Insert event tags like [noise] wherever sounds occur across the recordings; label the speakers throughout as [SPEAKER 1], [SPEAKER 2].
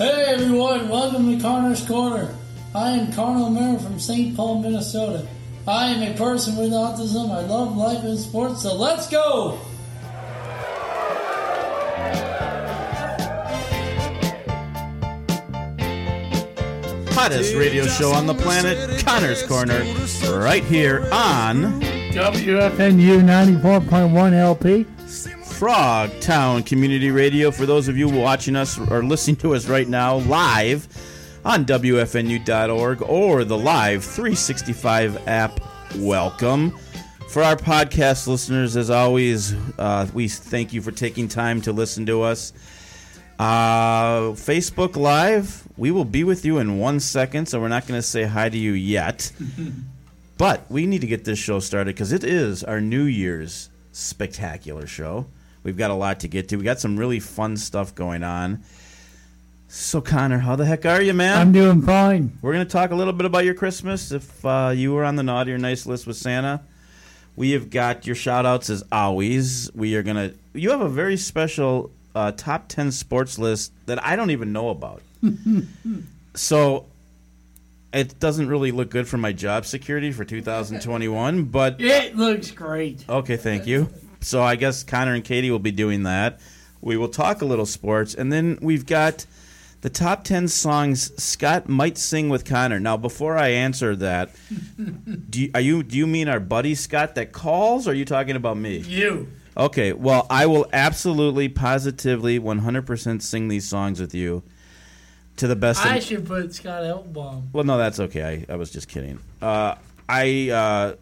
[SPEAKER 1] everyone. Welcome to Connors Corner. I am Connell Miller from St. Paul, Minnesota. I am a person with autism. I love life and sports, so let's go!
[SPEAKER 2] hottest radio show on the planet, Connor's Corner, right here on
[SPEAKER 3] WFNU 94.1 LP.
[SPEAKER 2] Frog Town Community Radio. For those of you watching us or listening to us right now live on WFNU.org or the Live 365 app, welcome. For our podcast listeners, as always, uh, we thank you for taking time to listen to us. Uh, Facebook Live, we will be with you in one second, so we're not going to say hi to you yet. But we need to get this show started because it is our New Year's spectacular show. We've got a lot to get to. We got some really fun stuff going on. So, Connor, how the heck are you, man?
[SPEAKER 3] I'm doing fine.
[SPEAKER 2] we're going to talk a little bit about your Christmas. If uh, you were on the naughty or nice list with Santa, we have got your shout outs as always. We are going to, you have a very special uh, top 10 sports list that I don't even know about. so, it doesn't really look good for my job security for 2021, but
[SPEAKER 3] It looks great.
[SPEAKER 2] Okay, thank you. So I guess Connor and Katie will be doing that. We will talk a little sports, and then we've got the top ten songs Scott might sing with Connor. Now, before I answer that, do you, are you do you mean our buddy Scott that calls? Or are you talking about me?
[SPEAKER 3] You.
[SPEAKER 2] Okay, well, I will absolutely, positively, one hundred percent sing these songs with you to the best.
[SPEAKER 3] I
[SPEAKER 2] of-
[SPEAKER 3] should put Scott Eltbaum.
[SPEAKER 2] well, no, that's okay. I, I was just kidding. Uh, I uh,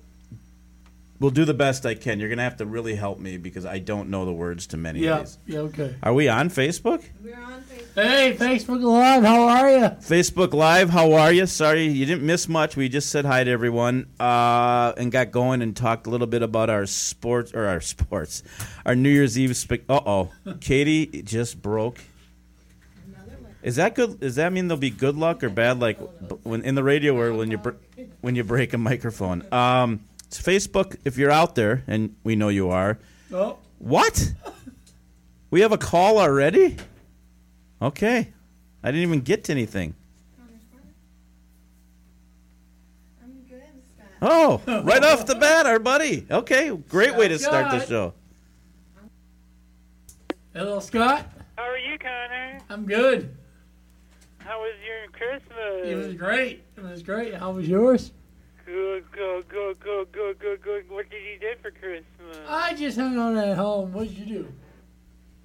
[SPEAKER 2] will do the best I can. You're going to have to really help me because I don't know the words to many of
[SPEAKER 3] Yeah.
[SPEAKER 2] these.
[SPEAKER 3] Yeah, okay.
[SPEAKER 2] Are we on Facebook?
[SPEAKER 4] We're on Facebook.
[SPEAKER 3] Hey, Facebook Live, how are you?
[SPEAKER 2] Facebook Live, how are you? Sorry, you didn't miss much. We just said hi to everyone uh, and got going and talked a little bit about our sports or our sports, our New Year's Eve. Spe- uh oh, Katie just broke.
[SPEAKER 4] Another one.
[SPEAKER 2] Is that good? Does that mean there'll be good luck or bad luck b- when in the radio or when you br- when you break a microphone? Um, it's Facebook, if you're out there, and we know you are.
[SPEAKER 3] Oh,
[SPEAKER 2] What? We have a call already? Okay, I didn't even get to anything.
[SPEAKER 4] Connor's Corner. I'm good, Scott.
[SPEAKER 2] Oh, right off the bat, our buddy. Okay, great way to start the show.
[SPEAKER 3] hello, Scott.
[SPEAKER 5] How are you, Connor?
[SPEAKER 3] I'm good.
[SPEAKER 5] How was your
[SPEAKER 3] It was
[SPEAKER 5] Christmas?
[SPEAKER 3] great. It was great. How was yours?
[SPEAKER 5] Good, good, good, good, good, good, good. What did you do for Christmas?
[SPEAKER 3] I just hung out at home. What'd you do?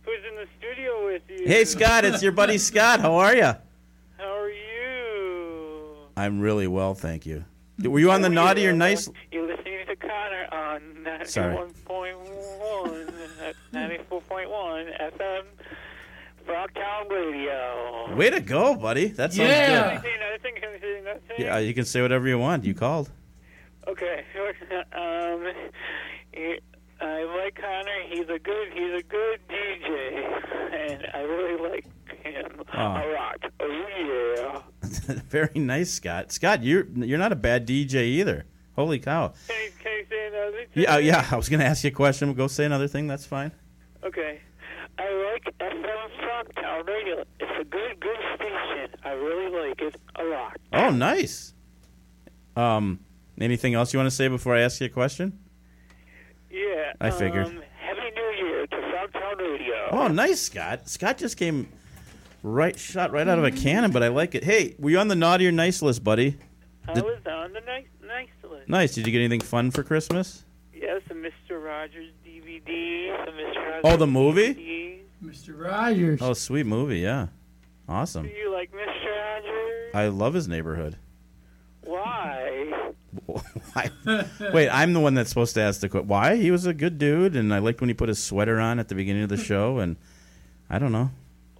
[SPEAKER 5] Who's in the studio with you?
[SPEAKER 2] Hey, Scott, it's your buddy Scott. How are you?
[SPEAKER 5] How are you?
[SPEAKER 2] I'm really well, thank you. Were you on the naughty or nice?
[SPEAKER 5] You're listening to Connor on
[SPEAKER 2] Sorry.
[SPEAKER 5] 91.1, 94.1 FM, Frogtown Radio.
[SPEAKER 2] Way to go, buddy. That sounds
[SPEAKER 3] Yeah.
[SPEAKER 2] good.
[SPEAKER 5] Can I say another thing? Can I say another thing?
[SPEAKER 2] Yeah, you can say whatever you want. You called. [laughs]
[SPEAKER 5] Okay. [laughs] Um, he- I like Connor. He's a good. He's a good DJ, and I really like him
[SPEAKER 2] Aw.
[SPEAKER 5] a lot. Oh yeah.
[SPEAKER 2] Very nice, Scott. Scott, you're you're not a bad DJ either. Holy cow!
[SPEAKER 5] Can you, can you say another? thing?
[SPEAKER 2] Yeah, uh, yeah. I was gonna ask you a question. Go say another thing. That's fine.
[SPEAKER 5] Okay. I like FM Frogtown Radio. It's a good, good station. I really like it a lot.
[SPEAKER 2] Oh, nice. Um, anything else you want to say before I ask you a question?
[SPEAKER 5] Yeah.
[SPEAKER 2] I figured.
[SPEAKER 5] Um, Happy New Year to Frogtown Radio.
[SPEAKER 2] Oh, nice, Scott. Scott just came right shot right out of a cannon, but I like it. Hey, were you on the naughty or nice list, buddy?
[SPEAKER 5] I was on the nice, nice list.
[SPEAKER 2] Nice. Did you get anything fun for Christmas?
[SPEAKER 5] Yes, the Mr. Rogers DVD. The Mr. Rogers
[SPEAKER 2] Oh, the movie.
[SPEAKER 5] DVD.
[SPEAKER 3] Mr. Rogers.
[SPEAKER 2] Oh, sweet movie. Yeah,
[SPEAKER 5] Do
[SPEAKER 2] awesome.
[SPEAKER 5] you like Mr. Rogers?
[SPEAKER 2] I love his neighborhood. [laughs]
[SPEAKER 5] Why?
[SPEAKER 2] Why? Wait, I'm the one that's supposed to ask the question. Why? He was a good dude, and I liked when he put his sweater on at the beginning of the show, and I don't know.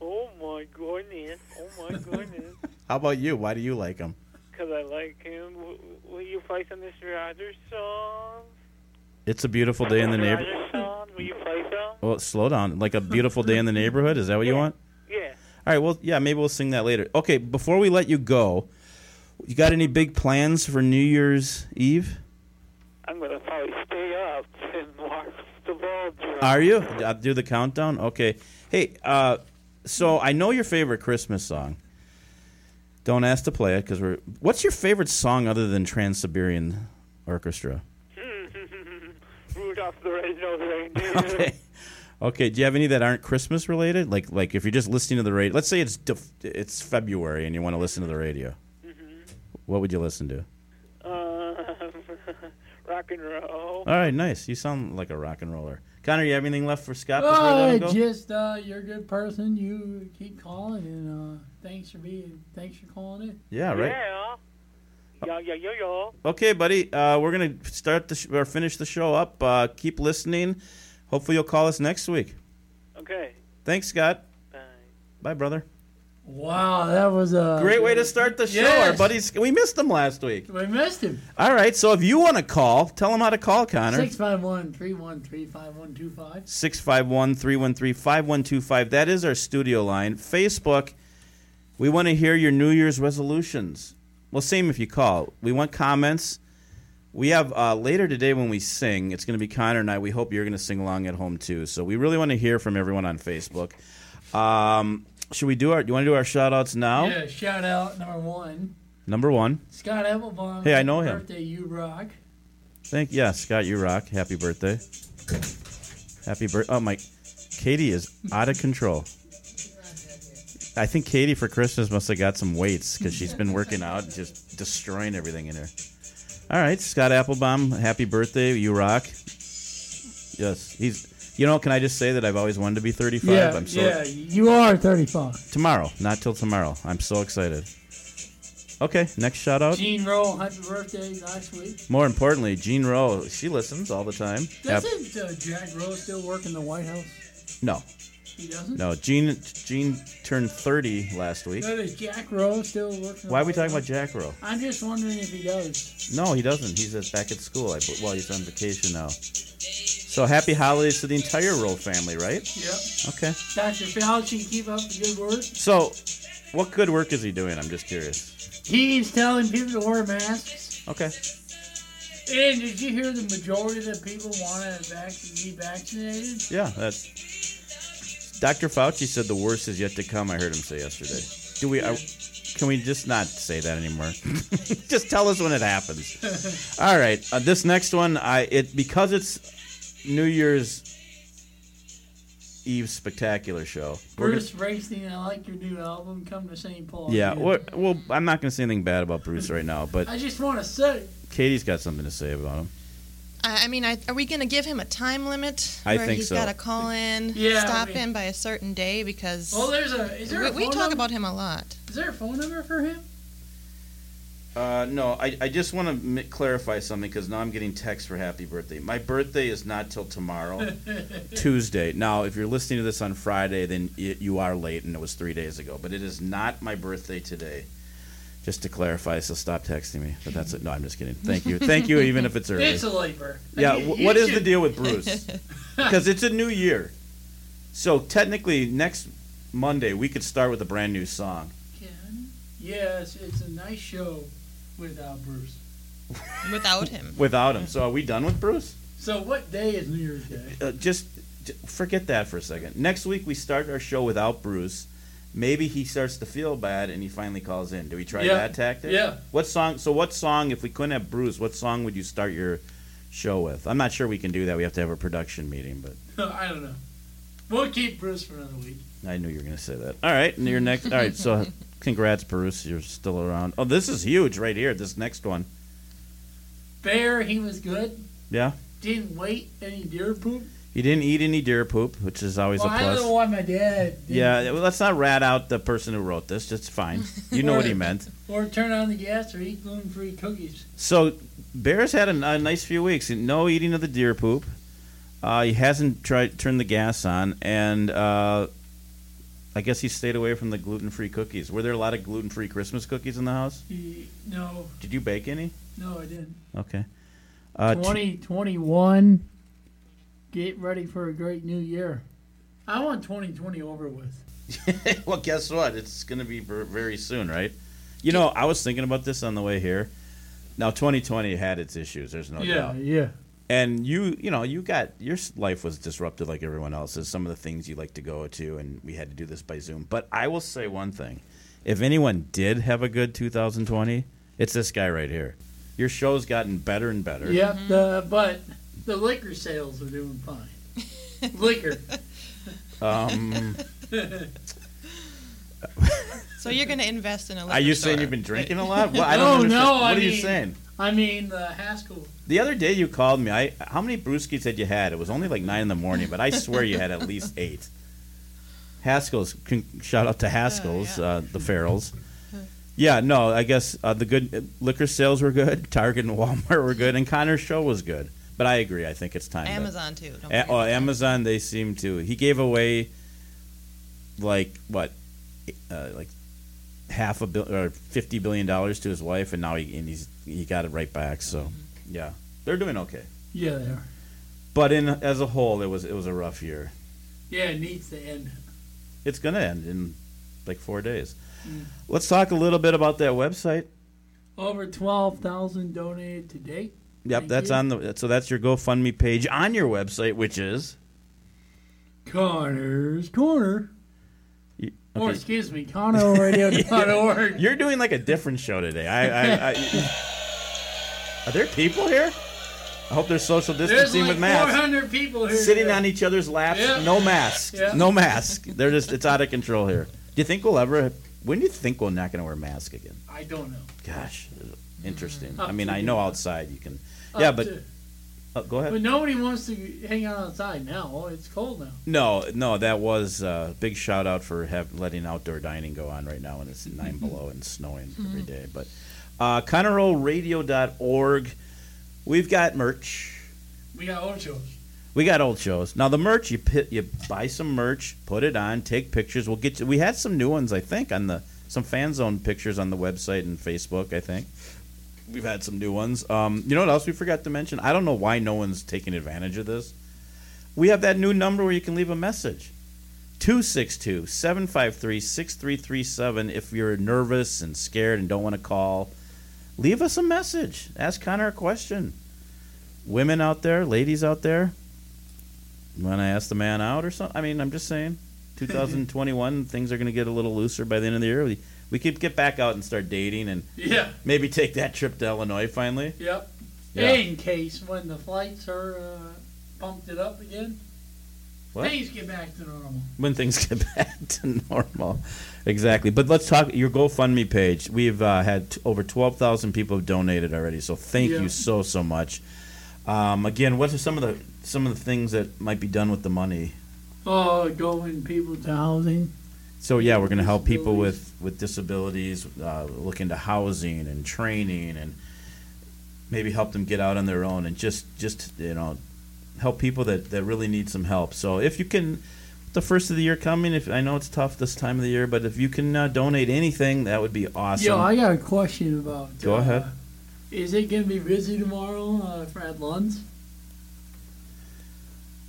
[SPEAKER 5] Oh my goodness! Oh my goodness!
[SPEAKER 2] How about you? Why do you like him?
[SPEAKER 5] Because I like him. W- Will you play some Mr. Rogers songs?
[SPEAKER 2] It's a beautiful day in the
[SPEAKER 5] Mr.
[SPEAKER 2] neighborhood.
[SPEAKER 5] Rogers songs. Will you play some?
[SPEAKER 2] Well, slow down. Like a beautiful day in the neighborhood? Is that what you
[SPEAKER 5] Yeah.
[SPEAKER 2] want?
[SPEAKER 5] Yeah.
[SPEAKER 2] All right, well, yeah, maybe we'll sing that later. Okay, before we let you go, you got any big plans for New Year's Eve?
[SPEAKER 5] I'm gonna probably stay up and watch the ball drop.
[SPEAKER 2] Are you? I'll uh, do the countdown? Okay. Hey, uh, so I know your favorite Christmas song. Don't ask to play it because we're. What's your favorite song other than Trans Siberian Orchestra? [laughs]
[SPEAKER 5] Rudolph the Red-Nosed Reindeer.
[SPEAKER 2] [laughs] Okay. Okay. Do you have any that aren't Christmas related? Like, like if you're just listening to the radio. Let's say it's def- it's February and you want to listen to the radio. What would you listen to?
[SPEAKER 5] Uh, [laughs] rock and roll.
[SPEAKER 2] All right, nice. You sound like a rock and roller. Connor, you have anything left for Scott before I let
[SPEAKER 3] Oh,
[SPEAKER 2] him go?
[SPEAKER 3] just uh, you're a good person. You keep calling, and uh, thanks for being, thanks for calling it.
[SPEAKER 2] Yeah, right.
[SPEAKER 5] Yeah. Yo, yo, yo, yo.
[SPEAKER 2] Okay, buddy. Uh, we're gonna start the sh- or finish the show up. Uh, keep listening. Hopefully, you'll call us next week.
[SPEAKER 5] Okay.
[SPEAKER 2] Thanks, Scott.
[SPEAKER 5] Bye.
[SPEAKER 2] Bye, brother.
[SPEAKER 3] Wow, that was uh, a
[SPEAKER 2] Great way to start the show. Our
[SPEAKER 3] Yes.
[SPEAKER 2] buddies, we missed him last week.
[SPEAKER 3] We missed him.
[SPEAKER 2] All right. So if you want to call, tell him how to call, Connor.
[SPEAKER 3] Six five one three one three five one two five.
[SPEAKER 2] 651 313 5125. That is our studio line. Facebook, we want to hear your New Year's resolutions. Well, same if you call. We want comments. We have uh, later today when we sing, it's going to be Connor and I. We hope you're going to sing along at home too. So we really want to hear from everyone on Facebook. Um, should we do our, do you want to do our shout outs now?
[SPEAKER 3] Yeah, shout out number one,
[SPEAKER 2] Number one.
[SPEAKER 3] Scott Applebaum.
[SPEAKER 2] Hey, I know him.
[SPEAKER 3] Birthday, you rock.
[SPEAKER 2] Thank yeah, Scott, you rock. Happy birthday. Happy birthday. Oh, my. Katie is out of control. I think Katie for Christmas must have got some weights because she's been working out and just destroying everything in her. All right, Scott Applebaum, happy birthday. You rock. Yes, he's. You know, can I just say that I've always wanted to be 35?
[SPEAKER 3] yeah,
[SPEAKER 2] I'm so
[SPEAKER 3] yeah, you are thirty five.
[SPEAKER 2] tomorrow, not till tomorrow. I'm so excited. Okay, next shout out.
[SPEAKER 3] Gene Rowe, happy birthday last week.
[SPEAKER 2] More importantly, Jean Rowe, she listens all the time. Yep.
[SPEAKER 3] Doesn't uh, Jack Rowe still work in the White House?
[SPEAKER 2] No,
[SPEAKER 3] He doesn't.
[SPEAKER 2] No, Gene Gene turned 30 last week.
[SPEAKER 3] No, Does Jack Rowe still work? In the
[SPEAKER 2] Why are we
[SPEAKER 3] White
[SPEAKER 2] talking about
[SPEAKER 3] House?
[SPEAKER 2] Jack Rowe?
[SPEAKER 3] I'm just wondering if he does.
[SPEAKER 2] No, he doesn't. He's just back at school. I, well, he's on vacation now. So happy holidays to the entire Rowe family, right?
[SPEAKER 3] Yep.
[SPEAKER 2] Okay.
[SPEAKER 3] Dr. Fauci, keep up the good work.
[SPEAKER 2] So, what good work is he doing? I'm just curious.
[SPEAKER 3] He's telling people to wear masks.
[SPEAKER 2] Okay.
[SPEAKER 3] And did you hear the majority of the people want to vac- be vaccinated?
[SPEAKER 2] Yeah, that's. Dr. Fauci said the worst is yet to come. I heard him say yesterday. Do we? Are, can we just not say that anymore? [laughs] just tell us when it happens.
[SPEAKER 3] [laughs]
[SPEAKER 2] All right. Uh, this next one, I it because it's New Year's Eve spectacular show. We're gonna-
[SPEAKER 3] Bruce Springsteen, I like your new album. Come to St. Paul.
[SPEAKER 2] yeah.
[SPEAKER 3] Dude.
[SPEAKER 2] We're, well, I'm not going to say anything bad about Bruce right now, but
[SPEAKER 3] I just want to say,
[SPEAKER 2] Katie's got something to say about him.
[SPEAKER 6] I I mean, I, are we going to give him a time limit
[SPEAKER 2] I
[SPEAKER 6] where
[SPEAKER 2] think
[SPEAKER 6] he's
[SPEAKER 2] so.
[SPEAKER 6] got to call in,
[SPEAKER 3] Yeah, I
[SPEAKER 6] stop
[SPEAKER 3] mean-
[SPEAKER 6] in by a certain day? Because
[SPEAKER 3] oh, there's a. Is there
[SPEAKER 6] we,
[SPEAKER 3] a
[SPEAKER 6] we
[SPEAKER 3] phone
[SPEAKER 6] talk
[SPEAKER 3] number?
[SPEAKER 6] about him a lot.
[SPEAKER 3] Is there a phone number for him?
[SPEAKER 2] Uh, no, I, I just want to m- clarify something because now I'm getting texts for happy birthday. My birthday is not till tomorrow, Tuesday. Now, if you're listening to this on Friday, then y you are late and it was three days ago, but it is not my birthday today. Just to clarify, so stop texting me. But that's it. No, I'm just kidding. Thank you. Thank you, even if it's early.
[SPEAKER 3] It's a labor.
[SPEAKER 2] yeah,
[SPEAKER 3] You-
[SPEAKER 2] wh-
[SPEAKER 3] you
[SPEAKER 2] what is the
[SPEAKER 3] should-
[SPEAKER 2] deal with Bruce? Because it's a new year. So technically, next Monday, we could start with a brand new song.
[SPEAKER 3] Ken? Yes, it's a nice show without Bruce.
[SPEAKER 6] Without him,
[SPEAKER 2] Without him. So are we done with Bruce?
[SPEAKER 3] So what day is New Year's
[SPEAKER 2] [laughs]
[SPEAKER 3] Day?
[SPEAKER 2] uh, just j- forget that for a second. Next week we start our show without Bruce. Maybe he starts to feel bad and he finally calls in. Do we try
[SPEAKER 3] Yeah.
[SPEAKER 2] that tactic?
[SPEAKER 3] Yeah. [laughs]
[SPEAKER 2] What song? So what song? If we couldn't have Bruce, what song would you start your show with? I'm not sure we can do that. We have to have a production meeting, but
[SPEAKER 3] I don't know. We'll keep Bruce for another week.
[SPEAKER 2] I knew you were going to say that. All right, and your next. All right, so [laughs] congrats, Bruce. You're still around. Oh, this is huge right here. This next one.
[SPEAKER 3] Bear, he was good.
[SPEAKER 2] Yeah.
[SPEAKER 3] Didn't wait any deer poop.
[SPEAKER 2] He didn't eat any deer poop, which is always
[SPEAKER 3] Well,
[SPEAKER 2] a
[SPEAKER 3] I
[SPEAKER 2] plus.
[SPEAKER 3] don't know why my dad. Didn't.
[SPEAKER 2] yeah, well, let's not rat out the person who wrote this.
[SPEAKER 3] [laughs]
[SPEAKER 2] That's fine. You know what he meant.
[SPEAKER 3] Or turn on the gas or eat gluten-free cookies.
[SPEAKER 2] So Bears had a, a nice few weeks. No eating of the deer poop. Uh, he hasn't tried turned the gas on, and uh, I guess he stayed away from the gluten free cookies. Were there a lot of gluten free Christmas cookies in the house?
[SPEAKER 3] He- No,
[SPEAKER 2] Did you bake any?
[SPEAKER 3] no, I didn't.
[SPEAKER 2] Okay. Uh, t-
[SPEAKER 3] 2021. Get ready for a great new year. I want 2020 over with.
[SPEAKER 2] [laughs] well, guess what? It's going to be ver- very soon, right? You know, I was thinking about this on the way here. Now, 2020 had its issues. There's no doubt.
[SPEAKER 3] yeah.
[SPEAKER 2] and you you know you got your s- life was disrupted like everyone else's some of the things you like to go to and we had to do this by zoom but i will say one thing If anyone did have a good 2020, it's this guy right here. Your show's gotten better and better.
[SPEAKER 3] Yep, uh, but the liquor sales are doing fine. liquor. [laughs]
[SPEAKER 2] Um,
[SPEAKER 6] So you're going to invest in a liquor
[SPEAKER 2] are you saying
[SPEAKER 6] store.
[SPEAKER 2] you've been drinking a lot? Well, I don't
[SPEAKER 3] No,
[SPEAKER 2] understand.
[SPEAKER 3] no,
[SPEAKER 2] What
[SPEAKER 3] I
[SPEAKER 2] are you
[SPEAKER 3] mean-
[SPEAKER 2] saying?
[SPEAKER 3] I mean, the Haskell.
[SPEAKER 2] The other day you called me. I how many brewskis had you had? It was only like nine in the morning, but I swear you had at
[SPEAKER 6] [laughs]
[SPEAKER 2] least eight. Haskell's con- shout out to Haskell's,
[SPEAKER 6] Oh, yeah.
[SPEAKER 2] uh, the
[SPEAKER 6] [laughs]
[SPEAKER 2] Farrells. Yeah, no, I guess uh, the good liquor sales were good. [laughs] Target and Walmart were good, and Connor's show was good. But I agree. I think it's time. to-
[SPEAKER 6] Amazon too. Don't
[SPEAKER 2] A-
[SPEAKER 6] forget.
[SPEAKER 2] oh, Amazon. They seem to. He gave away like what, uh, like half a bill or fifty billion dollars to his wife, and now he and he's he got it right back. So
[SPEAKER 3] Mm-hmm.
[SPEAKER 2] yeah, they're doing okay.
[SPEAKER 3] Yeah, they are.
[SPEAKER 2] But in as a whole, it was it was a rough year.
[SPEAKER 3] Yeah, it needs to end.
[SPEAKER 2] It's gonna end in like four days.
[SPEAKER 3] Mm.
[SPEAKER 2] Let's talk a little bit about that website.
[SPEAKER 3] Over 12,000 donated to date.
[SPEAKER 2] Yep,
[SPEAKER 3] Thank
[SPEAKER 2] that's
[SPEAKER 3] you.
[SPEAKER 2] on the so that's your GoFundMe page on your website, which is
[SPEAKER 3] Connor's Corner.
[SPEAKER 2] You-
[SPEAKER 3] Or,
[SPEAKER 2] okay.
[SPEAKER 3] excuse me,
[SPEAKER 2] [laughs]
[SPEAKER 3] ConnorRadio.org.
[SPEAKER 2] You're doing like a different show today. I, I, I are there people here? I hope there's social
[SPEAKER 3] There's
[SPEAKER 2] distancing
[SPEAKER 3] like
[SPEAKER 2] with masks.
[SPEAKER 3] 400 people here.
[SPEAKER 2] Sitting
[SPEAKER 3] today.
[SPEAKER 2] on each other's laps,
[SPEAKER 3] Yeah.
[SPEAKER 2] no mask,
[SPEAKER 3] Yeah.
[SPEAKER 2] no mask. They're just it's out of control here. Do you think we'll ever? When do you think we're not going to wear masks again?
[SPEAKER 3] I don't know.
[SPEAKER 2] Gosh, interesting.
[SPEAKER 3] Up
[SPEAKER 2] I mean,
[SPEAKER 3] to
[SPEAKER 2] I
[SPEAKER 3] you.
[SPEAKER 2] know outside you can. Yeah,
[SPEAKER 3] Up
[SPEAKER 2] but
[SPEAKER 3] to-
[SPEAKER 2] oh, go ahead.
[SPEAKER 3] but nobody wants to hang out outside now. It's cold now.
[SPEAKER 2] No, no, that was a big shout out for have, letting outdoor dining go on right now, and it's nine below and snowing every day. But uh, ConroeRadio.org, we've got merch.
[SPEAKER 3] We got Ocho's.
[SPEAKER 2] We got old shows. Now the merch, you pit, you buy some merch, put it on, take pictures. We'll get you. We had some new ones, I think, on the some fan zone pictures on the website and Facebook. I think we've had some new ones. Um, you know what else we forgot to mention? I don't know why no one's taking advantage of this. We have that new number where you can leave a message. 262-753-6337 if you're nervous and scared and don't want to call leave us a message ask connor a question women out there ladies out there want to ask the man out or something i mean i'm just saying 2021 things are going to get a little looser by the end of the year we, we could get back out and start dating and
[SPEAKER 3] Yeah,
[SPEAKER 2] maybe take that trip to illinois finally
[SPEAKER 3] yep.
[SPEAKER 2] Yeah.
[SPEAKER 3] In case when the flights are uh, pumped it up again,
[SPEAKER 2] What?
[SPEAKER 3] things get back to normal.
[SPEAKER 2] when things get [laughs] back to normal. Exactly. But let's talk your GoFundMe page. We've uh, had t- over 12,000 people have donated already. So thank
[SPEAKER 3] Yeah.
[SPEAKER 2] you so so much. Um, again, what are some of the some of the things that might be done with the money?
[SPEAKER 3] Oh, going people to housing.
[SPEAKER 2] So yeah, we're going to help people
[SPEAKER 3] Disabilities.
[SPEAKER 2] with with disabilities, uh, look into housing and training and maybe help them get out on their own and just just you know help people that that really need some help. So if you can the first of the year coming, if I know it's tough this time of the year, but if you can uh, donate anything, that would be awesome.
[SPEAKER 3] Yo, I got a question about.
[SPEAKER 2] Go
[SPEAKER 3] uh,
[SPEAKER 2] ahead.
[SPEAKER 3] Is it going to be busy tomorrow uh, for at Lund's?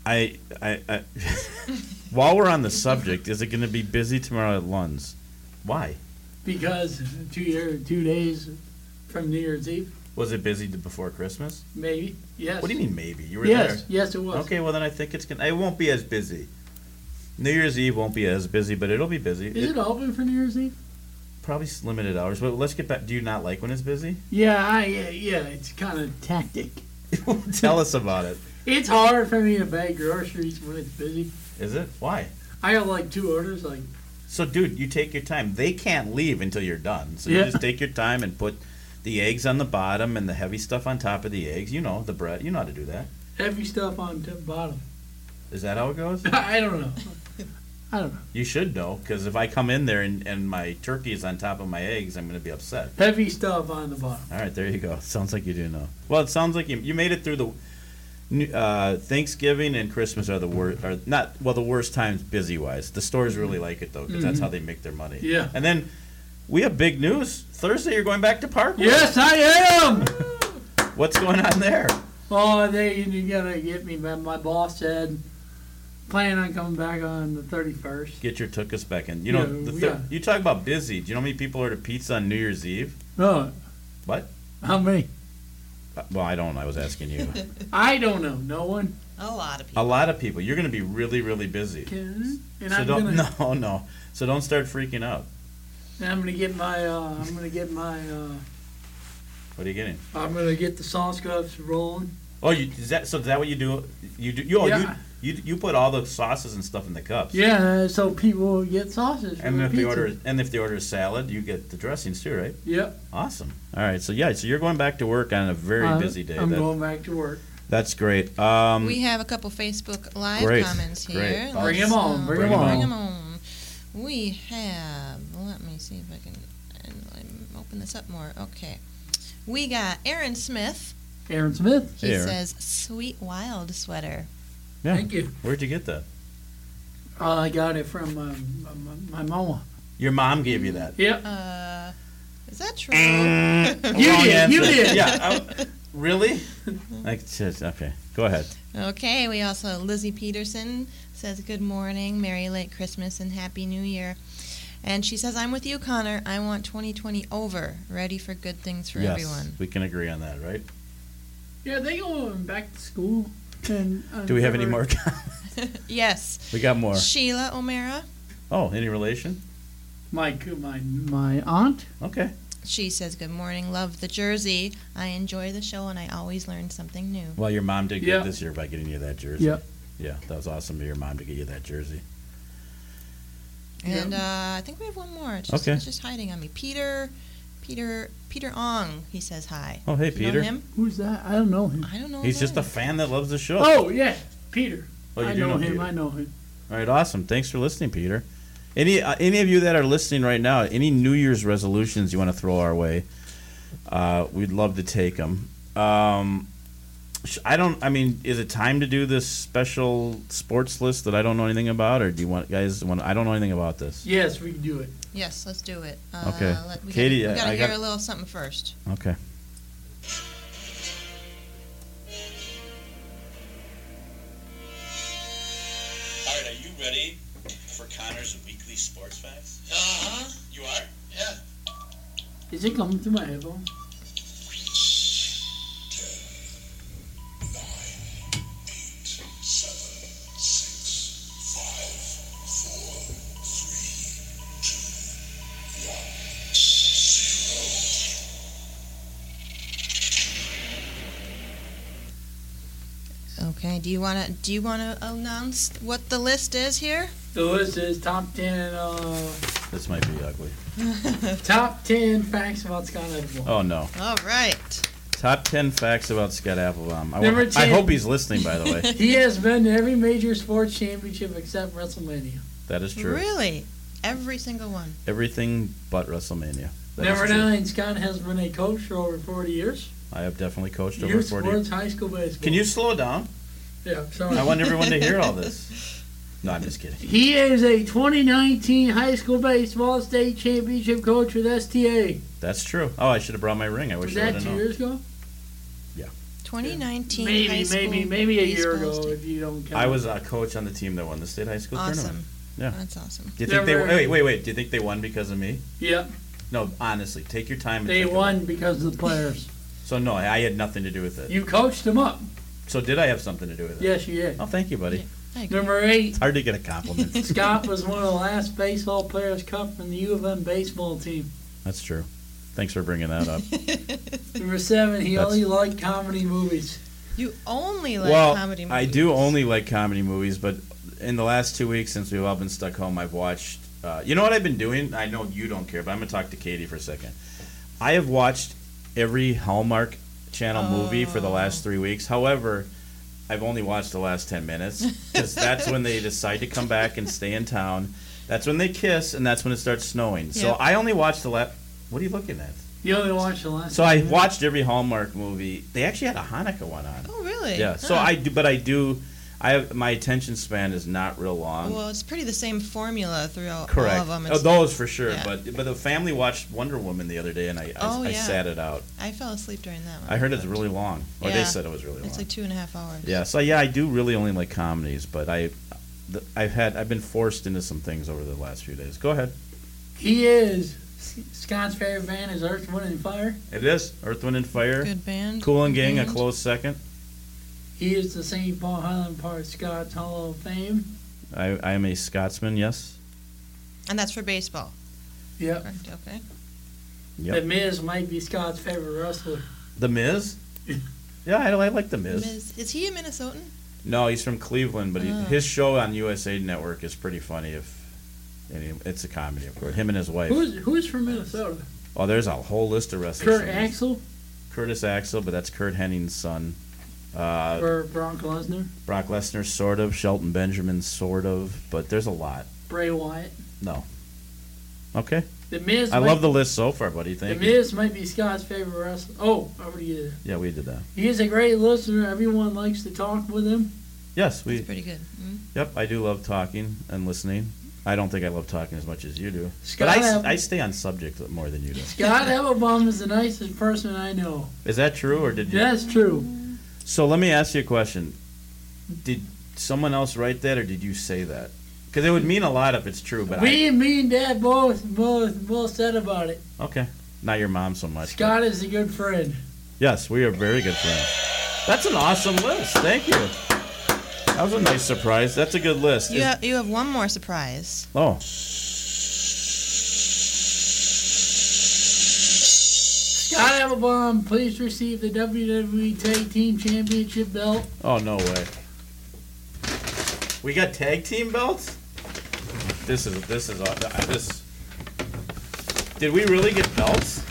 [SPEAKER 2] I I, I [laughs] while we're on the subject, is it going to be busy tomorrow at Lund's? Why?
[SPEAKER 3] Because two year, two days from New Year's Eve,
[SPEAKER 2] Was it busy before Christmas?
[SPEAKER 3] maybe. Yes.
[SPEAKER 2] What do you mean maybe? You were there.
[SPEAKER 3] Yes, yes, it was.
[SPEAKER 2] Okay, well then I think it's gonna. It won't be as busy. New Year's Eve won't be as busy, but it'll be busy.
[SPEAKER 3] Is it open for New Year's Eve?
[SPEAKER 2] probably s- limited hours. But let's get back. Do you not like when it's busy?
[SPEAKER 3] [laughs] Yeah, I, yeah, yeah, it's kind of tactic.
[SPEAKER 2] Tell us about it.
[SPEAKER 3] It's hard for me to bag groceries when it's busy.
[SPEAKER 2] Is it why?
[SPEAKER 3] I got like two orders, like
[SPEAKER 2] So, dude, you take your time. They can't leave until you're done. So you
[SPEAKER 3] Yeah.
[SPEAKER 2] just take your time and put the eggs on the bottom and the heavy stuff on top of the eggs. You know the bread. You know how to do that.
[SPEAKER 3] heavy stuff on the bottom. [laughs]
[SPEAKER 2] Is that how it goes?
[SPEAKER 3] I don't know. I don't know.
[SPEAKER 2] You should know, because if I come in there and, and my turkey is on top of my eggs, I'm going to be upset.
[SPEAKER 3] Heavy stuff on the bottom.
[SPEAKER 2] All right, there you go. Sounds like you do know. Well, it sounds like you, you made it through the new- uh, Thanksgiving and Christmas are the worst, are not well the worst times busy wise. The stores really like it though, because that's how they make their money.
[SPEAKER 3] Mm-hmm. Yeah.
[SPEAKER 2] And then we have big news. Thursday, you're going back to Parkwood.
[SPEAKER 3] Yes, I am.
[SPEAKER 2] What's going on there?
[SPEAKER 3] [laughs] Oh, they you gotta get me. man. My boss said, plan on coming back on the thirty first.
[SPEAKER 2] Get your took us back in. You know,
[SPEAKER 3] Yeah,
[SPEAKER 2] the
[SPEAKER 3] we
[SPEAKER 2] thir-
[SPEAKER 3] got-
[SPEAKER 2] you talk about busy. Do you know how many people order pizza on New Year's Eve?
[SPEAKER 3] No.
[SPEAKER 2] What?
[SPEAKER 3] How many?
[SPEAKER 2] Uh, Well, I don't. I was asking
[SPEAKER 3] [laughs]
[SPEAKER 2] you.
[SPEAKER 3] I don't know. No one.
[SPEAKER 6] a lot of people.
[SPEAKER 2] A lot of people. You're going to be really, really busy.
[SPEAKER 3] Can. And
[SPEAKER 2] so
[SPEAKER 3] I'm
[SPEAKER 2] [laughs] don't
[SPEAKER 3] gonna.
[SPEAKER 2] no no. So don't start freaking out.
[SPEAKER 3] And I'm gonna get my. Uh, I'm gonna get my. Uh,
[SPEAKER 2] What are you getting?
[SPEAKER 3] I'm gonna get the sauce cups rolling.
[SPEAKER 2] Oh, you is that so? Is that what you do? You do? You, oh,
[SPEAKER 3] Yeah.
[SPEAKER 2] you you you put all the sauces and stuff in the cups.
[SPEAKER 3] Yeah, Uh, so people will get sauces.
[SPEAKER 2] And
[SPEAKER 3] for
[SPEAKER 2] if they
[SPEAKER 3] pizza.
[SPEAKER 2] order and if they order a salad, you get the dressings too, right?
[SPEAKER 3] Yep.
[SPEAKER 2] Awesome. All right. So yeah, so you're going back to work on a very
[SPEAKER 3] Uh,
[SPEAKER 2] busy day.
[SPEAKER 3] I'm
[SPEAKER 2] That-
[SPEAKER 3] going back to work.
[SPEAKER 2] That's great. Um,
[SPEAKER 6] we have a couple Facebook Live
[SPEAKER 2] Great,
[SPEAKER 6] comments here.
[SPEAKER 2] great.
[SPEAKER 6] Let's,
[SPEAKER 3] Bring 'em on,
[SPEAKER 6] uh,
[SPEAKER 3] bring
[SPEAKER 2] 'em on.
[SPEAKER 6] Bring 'em on. We have, let me see if I can and let me open this up more. Okay. We got Aaron Smith.
[SPEAKER 3] Aaron Smith.
[SPEAKER 6] He
[SPEAKER 2] Here.
[SPEAKER 6] says, sweet wild sweater.
[SPEAKER 2] yeah.
[SPEAKER 3] Thank you.
[SPEAKER 2] Where'd you get that?
[SPEAKER 3] Uh, I got it from uh, my, my, my mama.
[SPEAKER 2] Your mom gave you that.
[SPEAKER 3] Yep.
[SPEAKER 6] Uh, is that true? [laughs]
[SPEAKER 3] You
[SPEAKER 2] Wrong
[SPEAKER 3] did, you
[SPEAKER 2] answer.
[SPEAKER 3] did.
[SPEAKER 2] [laughs] Yeah.
[SPEAKER 3] [laughs]
[SPEAKER 2] I- really? Like, just- okay. Go ahead.
[SPEAKER 6] Okay, we also, Lizzie Peterson says, Good morning, Merry Late Christmas, and Happy New Year. And she says, I'm with you, Connor. I want 2020 over, ready for good things for
[SPEAKER 2] yes,
[SPEAKER 6] everyone. [laughs]
[SPEAKER 2] we can agree on that, right?
[SPEAKER 3] Yeah, they going back to school. And uh,
[SPEAKER 2] Do we have any
[SPEAKER 3] for-
[SPEAKER 2] more? [laughs]
[SPEAKER 6] Yes.
[SPEAKER 2] we got more.
[SPEAKER 6] Sheila O'Mara,
[SPEAKER 2] Oh, any relation?
[SPEAKER 3] My my my aunt.
[SPEAKER 2] Okay.
[SPEAKER 6] she says, Good morning, love the jersey. I enjoy the show, and I always learn something new.
[SPEAKER 2] Well, your mom did
[SPEAKER 3] Yeah.
[SPEAKER 2] good this year by getting you that jersey.
[SPEAKER 3] Yep.
[SPEAKER 2] Yeah, that was awesome of your mom to get you that jersey.
[SPEAKER 6] And uh, I think we have one more. It's just,
[SPEAKER 2] Okay.
[SPEAKER 6] it's just hiding on me. Peter, Peter, Peter Ong, he says hi.
[SPEAKER 2] Oh, hey,
[SPEAKER 6] Do you know
[SPEAKER 2] Peter.
[SPEAKER 6] him?
[SPEAKER 3] Who's that? I don't know him.
[SPEAKER 6] I don't know.
[SPEAKER 2] He's
[SPEAKER 6] him
[SPEAKER 2] just a
[SPEAKER 6] either.
[SPEAKER 2] fan that loves the show.
[SPEAKER 3] Oh yeah, Peter.
[SPEAKER 2] Oh, you
[SPEAKER 3] I
[SPEAKER 2] do
[SPEAKER 3] know,
[SPEAKER 2] know
[SPEAKER 3] him.
[SPEAKER 2] Peter.
[SPEAKER 3] I know him.
[SPEAKER 2] All right, awesome. Thanks for listening, Peter. Any uh, any of you that are listening right now, any New Year's resolutions you want to throw our way, uh, we'd love to take them. Um, sh- I don't. I mean, is it time to do this special sports list that I don't know anything about, or do you want guys want? I don't know anything about this.
[SPEAKER 3] Yes, we can do it.
[SPEAKER 6] Yes, let's do it. Uh,
[SPEAKER 2] Okay.
[SPEAKER 6] Let, we
[SPEAKER 2] Katie,
[SPEAKER 6] gotta, we gotta
[SPEAKER 2] I- I
[SPEAKER 6] hear
[SPEAKER 2] got-
[SPEAKER 6] a little something first.
[SPEAKER 2] Okay.
[SPEAKER 7] All right, are you ready for Connor's weekly sports facts? Uh huh. You are? Yeah.
[SPEAKER 3] Is it coming through my headphone?
[SPEAKER 6] Okay. Do you wanna do you wanna announce what the list is here? [laughs]
[SPEAKER 3] The list is top ten. Uh,
[SPEAKER 2] This might be ugly.
[SPEAKER 3] top ten facts about Scott Edward.
[SPEAKER 2] Oh no.
[SPEAKER 6] All right.
[SPEAKER 2] Top ten facts about Scott Applebaum. I,
[SPEAKER 3] Number
[SPEAKER 2] want, I
[SPEAKER 3] 10.
[SPEAKER 2] hope he's listening. By the
[SPEAKER 3] [laughs]
[SPEAKER 2] way,
[SPEAKER 3] He has been to every major sports championship except WrestleMania.
[SPEAKER 2] that is true.
[SPEAKER 6] Really, every single one.
[SPEAKER 2] Everything but WrestleMania. That is
[SPEAKER 3] Number
[SPEAKER 2] true.
[SPEAKER 3] nine, Scott has been a coach for over 40 years.
[SPEAKER 2] I have definitely coached over
[SPEAKER 3] Youth
[SPEAKER 2] forty.
[SPEAKER 3] sports, high school baseball.
[SPEAKER 2] Can you slow down?
[SPEAKER 3] Yeah, sorry.
[SPEAKER 2] I want everyone to hear all this.
[SPEAKER 3] [laughs]
[SPEAKER 2] No, I'm just kidding.
[SPEAKER 3] He is a 2019 high school baseball state championship coach with STA.
[SPEAKER 2] That's true. Oh, I should have brought my ring. I wish
[SPEAKER 3] Was
[SPEAKER 2] I would
[SPEAKER 3] that
[SPEAKER 2] have
[SPEAKER 3] two
[SPEAKER 2] known.
[SPEAKER 3] years ago?
[SPEAKER 6] 2019 high
[SPEAKER 3] Maybe,
[SPEAKER 6] school
[SPEAKER 3] maybe, maybe a year
[SPEAKER 6] baseball
[SPEAKER 3] ago
[SPEAKER 6] state.
[SPEAKER 3] if you don't count.
[SPEAKER 2] I was a coach on the team that won the state high school tournament.
[SPEAKER 6] Awesome.
[SPEAKER 2] Yeah.
[SPEAKER 6] That's awesome.
[SPEAKER 2] Do you think they
[SPEAKER 3] Never-
[SPEAKER 2] wait, wait, wait? Do you think they won because of me?
[SPEAKER 3] Yeah,
[SPEAKER 2] No, honestly, take your time. And
[SPEAKER 3] they
[SPEAKER 2] think
[SPEAKER 3] won because of the players.
[SPEAKER 2] about it. So no, I had nothing to do with it.
[SPEAKER 3] You coached them up.
[SPEAKER 2] So did I have something to do with it?
[SPEAKER 3] Yes, you did.
[SPEAKER 2] Oh, thank you, buddy.
[SPEAKER 6] I agree.
[SPEAKER 3] Number eight,
[SPEAKER 2] Hard to get
[SPEAKER 3] [laughs]
[SPEAKER 2] a compliment.
[SPEAKER 3] Scott was one of the last baseball players cut from the U of M baseball team.
[SPEAKER 2] That's true. Thanks for bringing that up.
[SPEAKER 3] Number seven, he
[SPEAKER 2] That's-
[SPEAKER 3] only liked comedy movies.
[SPEAKER 6] You only like
[SPEAKER 2] well,
[SPEAKER 6] comedy movies.
[SPEAKER 2] I do only like comedy movies, but in the last two weeks since we've all been stuck home, I've watched. Uh, you know what I've been doing? I know you don't care, but I'm gonna talk to Katie for a second. I have watched every Hallmark Channel movie for the
[SPEAKER 6] Oh.
[SPEAKER 2] last three weeks. However, I've only watched the last ten minutes because that's when they decide to come back and stay in town. That's when they kiss, and that's when it starts snowing. So
[SPEAKER 6] Yep.
[SPEAKER 2] I only watched the last. What are you looking at?
[SPEAKER 3] He only watched the last.
[SPEAKER 2] So I
[SPEAKER 3] movie.
[SPEAKER 2] watched every Hallmark movie. They actually had a Hanukkah one on.
[SPEAKER 6] Oh, really?
[SPEAKER 2] Yeah. So
[SPEAKER 6] Huh. [laughs]
[SPEAKER 2] I do, but I do. I have my attention span is not real long.
[SPEAKER 6] Well, it's pretty the same formula throughout all
[SPEAKER 2] Correct.
[SPEAKER 6] of them.
[SPEAKER 2] Oh,
[SPEAKER 6] It's-
[SPEAKER 2] those for sure.
[SPEAKER 6] yeah.
[SPEAKER 2] But but the family watched Wonder Woman the other day, and I I,
[SPEAKER 6] Oh,
[SPEAKER 2] I
[SPEAKER 6] yeah.
[SPEAKER 2] sat it out.
[SPEAKER 6] I fell asleep during that one.
[SPEAKER 2] I heard it's really long, or they
[SPEAKER 6] Yeah.
[SPEAKER 2] said it was really long.
[SPEAKER 6] It's like two and a half hours.
[SPEAKER 2] yeah. So yeah, I do really only like comedies, but I. th- I've had I've been forced into some things over the last few days. Go ahead.
[SPEAKER 3] He is S- Scott's favorite band is Earth, Wind, and Fire.
[SPEAKER 2] It is Earth, Wind, and Fire,
[SPEAKER 6] Good band.
[SPEAKER 2] Cool and
[SPEAKER 6] good
[SPEAKER 2] Gang, a
[SPEAKER 6] band.
[SPEAKER 2] close second.
[SPEAKER 3] He is the St. Paul Highland Park Scott's Hall of Fame.
[SPEAKER 2] I, I am a Scotsman. Yes.
[SPEAKER 6] And that's for baseball.
[SPEAKER 3] Yep.
[SPEAKER 6] Correct, okay.
[SPEAKER 2] Yep.
[SPEAKER 3] The Miz might be Scott's favorite wrestler.
[SPEAKER 2] The
[SPEAKER 6] [laughs]
[SPEAKER 2] Miz? Yeah, I, I like The Miz.
[SPEAKER 6] Miz, is he a Minnesotan?
[SPEAKER 2] No, he's from Cleveland, but he,
[SPEAKER 6] Oh.
[SPEAKER 2] his show on USA Network is pretty funny. If any, it's a comedy, of course. Him and his wife.
[SPEAKER 3] Who's who's from Minnesota?
[SPEAKER 2] oh, there's a whole list of wrestlers.
[SPEAKER 3] Kurt Axel
[SPEAKER 2] Curtis Axel, but that's Kurt Henning's son. Uh,
[SPEAKER 3] or Brock Lesnar?
[SPEAKER 2] Brock Lesnar, sort of. Shelton Benjamin, sort of. But there's a lot.
[SPEAKER 3] Bray Wyatt.
[SPEAKER 2] Okay,
[SPEAKER 3] The Miz.
[SPEAKER 2] I
[SPEAKER 3] might,
[SPEAKER 2] love the list so far, buddy.
[SPEAKER 3] The
[SPEAKER 2] Thank you.
[SPEAKER 3] Miz might be Scott's favorite wrestler. Oh, I already did. it.
[SPEAKER 2] Yeah, we did that.
[SPEAKER 3] He is a great listener. Everyone likes to talk with him.
[SPEAKER 2] Yes,
[SPEAKER 6] That's
[SPEAKER 2] we.
[SPEAKER 6] pretty good. Mm.
[SPEAKER 2] Yep, I do love talking and listening. I don't think I love talking as much as you do, but
[SPEAKER 3] Scott,
[SPEAKER 2] I, s-
[SPEAKER 3] Ab- [laughs]
[SPEAKER 2] I stay on subject more than you do.
[SPEAKER 3] Scott Applebaum is the nicest person I know.
[SPEAKER 2] Is that true, or did you?
[SPEAKER 3] That's true.
[SPEAKER 2] So let me ask you a question. Did someone else write that, or did you say that? Because it would mean a lot if it's true. But
[SPEAKER 3] we, and me, and Dad both both both said about it.
[SPEAKER 2] I, okay, not your mom so much. but-
[SPEAKER 3] Scott is a good friend.
[SPEAKER 2] Yes, we are very good friends. That's an awesome list. Thank you. That was a nice surprise. That's a good list.
[SPEAKER 6] You
[SPEAKER 2] Is-
[SPEAKER 6] have, you have one more surprise.
[SPEAKER 2] oh,
[SPEAKER 3] Scott Applebaum, please receive the WWE Tag Team Championship belt.
[SPEAKER 2] oh no way. We got tag team belts. This is this is aw- I- this. Did we really get belts?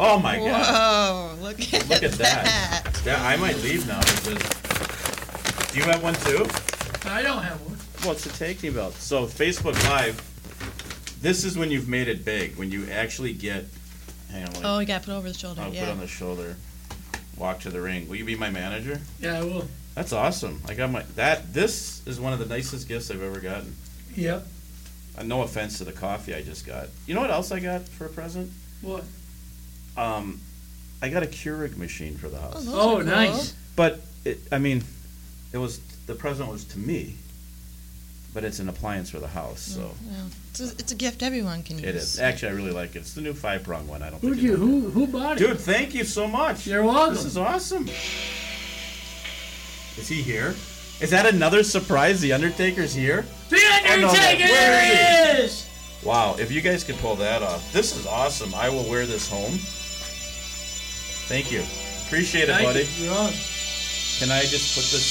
[SPEAKER 2] Oh my god.
[SPEAKER 6] Whoa! Look at,
[SPEAKER 2] Look at that.
[SPEAKER 6] that.
[SPEAKER 2] Yeah, I might leave now because. Do you have one too?
[SPEAKER 3] I don't have one.
[SPEAKER 2] Well, it's a tag team belt. So Facebook Live, this is when you've made it big. When you actually get, hang on, let me
[SPEAKER 6] Oh, you got to put it over the shoulder.
[SPEAKER 2] I'll put
[SPEAKER 6] yeah.
[SPEAKER 2] on the shoulder, walk to the ring. Will you be my manager?
[SPEAKER 3] Yeah, I will.
[SPEAKER 2] That's awesome. I got my that. This is one of the nicest gifts I've ever gotten.
[SPEAKER 3] Yep.
[SPEAKER 2] Uh, no offense to the coffee I just got. You know what else I got for a present?
[SPEAKER 3] What?
[SPEAKER 2] Um, I got a Keurig machine for the house.
[SPEAKER 6] those
[SPEAKER 3] Oh,
[SPEAKER 6] are cool.
[SPEAKER 3] nice.
[SPEAKER 2] But it, I mean, it was the present was to me, but it's an appliance for the house, so
[SPEAKER 3] Mm-hmm.
[SPEAKER 6] Yeah. It's, a, it's a gift everyone can use.
[SPEAKER 2] it is. Actually, I really like it. It's the new five prong one. I don't.
[SPEAKER 3] Who'd
[SPEAKER 2] think
[SPEAKER 3] you?
[SPEAKER 2] it's-
[SPEAKER 3] Who? Who bought it?
[SPEAKER 2] Dude, thank you so much.
[SPEAKER 3] You're welcome.
[SPEAKER 2] This is awesome. Is he here? Is that another surprise? The Undertaker's here.
[SPEAKER 3] The
[SPEAKER 2] no,
[SPEAKER 3] Undertaker
[SPEAKER 2] where
[SPEAKER 3] is.
[SPEAKER 2] Wow! If you guys could pull that off, this is awesome. I will wear this home. Thank you. Appreciate it,
[SPEAKER 3] Thank
[SPEAKER 2] buddy.
[SPEAKER 3] you. You're on.
[SPEAKER 2] Can I just put this?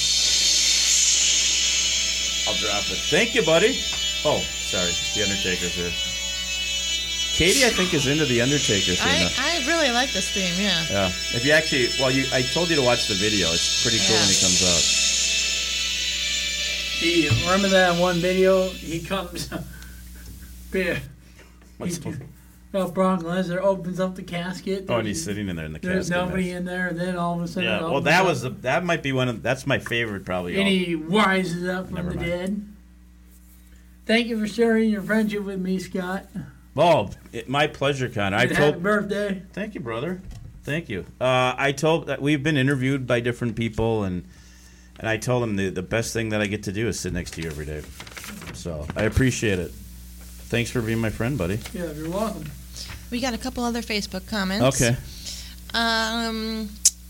[SPEAKER 2] I'll drop it. Thank you, buddy. Oh, sorry. The Undertaker's here. Katie, I think, is into The Undertaker thing.
[SPEAKER 6] I,
[SPEAKER 2] now.
[SPEAKER 6] I really like this theme. Yeah.
[SPEAKER 2] Yeah. If you actually, well, you, I told you to watch the video. It's pretty cool when he
[SPEAKER 6] Yeah.
[SPEAKER 2] comes out.
[SPEAKER 3] He, remember that one video? He comes. Yeah.
[SPEAKER 2] What's
[SPEAKER 3] He- [laughs] Uh, Brock Lesnar opens up the casket.
[SPEAKER 2] oh, and he's sitting in there in the
[SPEAKER 3] There's
[SPEAKER 2] casket.
[SPEAKER 3] nobody in there, and then all of a sudden.
[SPEAKER 2] Yeah.
[SPEAKER 3] it
[SPEAKER 2] Well,
[SPEAKER 3] opens
[SPEAKER 2] that
[SPEAKER 3] up,
[SPEAKER 2] was the, that might be one of that's my favorite probably.
[SPEAKER 3] And he rises up from
[SPEAKER 2] Never
[SPEAKER 3] the
[SPEAKER 2] mind.
[SPEAKER 3] dead. Thank you for sharing your friendship with me, Scott.
[SPEAKER 2] Oh, it, my pleasure, Connor. I
[SPEAKER 3] And happy
[SPEAKER 2] told.
[SPEAKER 3] birthday.
[SPEAKER 2] Thank you, brother. Thank you. Uh, I told that we've been interviewed by different people, and and I told them the the best thing that I get to do is sit next to you every day. So I appreciate it. Thanks for being my friend, buddy.
[SPEAKER 3] Yeah, you're welcome.
[SPEAKER 6] We got a couple other Facebook comments.
[SPEAKER 2] Okay.
[SPEAKER 6] Um,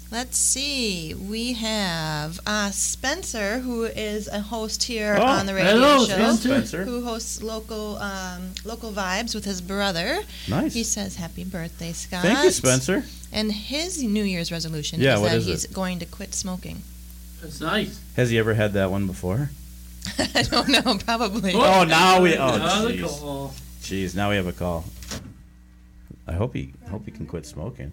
[SPEAKER 6] let's see. We have uh, Spencer, who is a host here
[SPEAKER 2] Oh,
[SPEAKER 6] on the radio
[SPEAKER 3] hello,
[SPEAKER 6] show,
[SPEAKER 3] Spencer.
[SPEAKER 2] Spencer.
[SPEAKER 6] who hosts local um, local vibes with his brother.
[SPEAKER 2] Nice.
[SPEAKER 6] He says, "Happy birthday, Scott."
[SPEAKER 2] Thank you, Spencer.
[SPEAKER 6] And his New Year's resolution
[SPEAKER 2] Yeah,
[SPEAKER 6] is
[SPEAKER 2] what
[SPEAKER 6] that
[SPEAKER 2] is it?
[SPEAKER 6] he's going to quit smoking. [laughs]
[SPEAKER 3] That's nice.
[SPEAKER 2] Has he ever had that one before?
[SPEAKER 6] I don't know. Probably.
[SPEAKER 2] Oh, now we- oh,
[SPEAKER 3] Another
[SPEAKER 2] jeez.
[SPEAKER 3] call.
[SPEAKER 2] Jeez, now we have a call. I hope he hope he can quit smoking.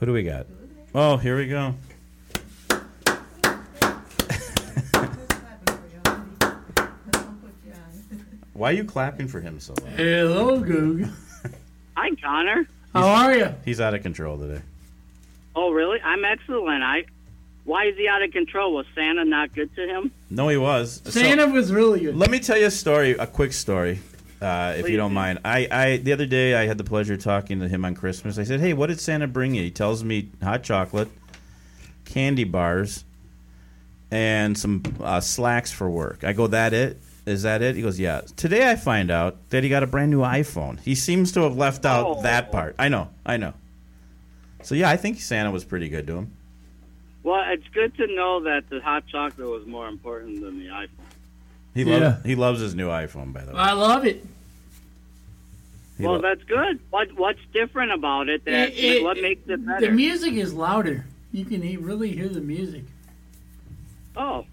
[SPEAKER 2] Who do we got? Oh, here we go. Why are you clapping for him so loud?
[SPEAKER 3] Hello, Goog.
[SPEAKER 8] Hi, Connor.
[SPEAKER 3] How are you?
[SPEAKER 2] He's out of control today.
[SPEAKER 8] Oh, really? I'm excellent. I. Why is he out of control? Was Santa not good to him?
[SPEAKER 2] No, he was. So-
[SPEAKER 3] Santa was really good.
[SPEAKER 2] Let me tell you a story, a quick story, uh, if you don't mind. I, I the other day I had the pleasure of talking to him on Christmas. I said, "Hey, what did Santa bring you?" He tells me hot chocolate, candy bars, and some uh, slacks for work. I go, "That it? Is that it?" He goes, "Yeah." Today I find out that he got a brand new iPhone. He seems to have left out
[SPEAKER 8] Oh.
[SPEAKER 2] that part. I know, I know. So yeah, I think Santa was pretty good to him.
[SPEAKER 8] Well, it's good to know that the hot chocolate was more important than the iPhone.
[SPEAKER 2] He
[SPEAKER 3] Yeah.
[SPEAKER 2] loves he loves his new iPhone, by the way.
[SPEAKER 3] I love it.
[SPEAKER 2] He
[SPEAKER 8] Well,
[SPEAKER 2] lo-
[SPEAKER 8] that's good. What What's different about it? That
[SPEAKER 3] It- it-
[SPEAKER 8] what makes it
[SPEAKER 3] The
[SPEAKER 8] better?
[SPEAKER 3] music is louder. You can he- really hear the music
[SPEAKER 8] oh,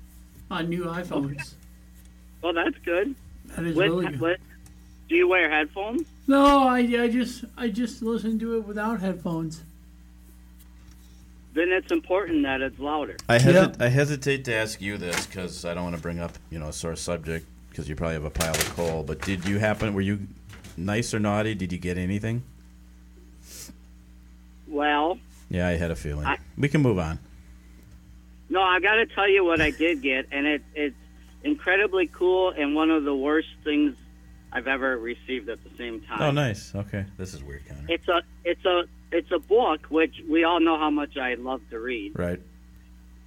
[SPEAKER 3] on new iPhones.
[SPEAKER 8] well, that's good.
[SPEAKER 3] That is
[SPEAKER 8] What,
[SPEAKER 3] really good.
[SPEAKER 8] what, do you wear headphones?
[SPEAKER 3] No, I, I just I just listen to it without headphones.
[SPEAKER 8] Then it's important that it's louder.
[SPEAKER 2] I, hesit-
[SPEAKER 3] Yeah.
[SPEAKER 2] I hesitate to ask you this because I don't want to bring up you know a sore subject because you probably have a pile of coal. But did you happen? Were you nice or naughty? Did you get anything?
[SPEAKER 8] Well,
[SPEAKER 2] Yeah, I had a feeling.
[SPEAKER 8] I-
[SPEAKER 2] we can move on.
[SPEAKER 8] no, I got to tell you what I did get, and it it's incredibly cool and one of the worst things I've ever received at the same time.
[SPEAKER 2] Oh, nice. Okay, this is weird, Connor.
[SPEAKER 8] It's a it's a it's a book which we all know how much I love to read.
[SPEAKER 2] Right.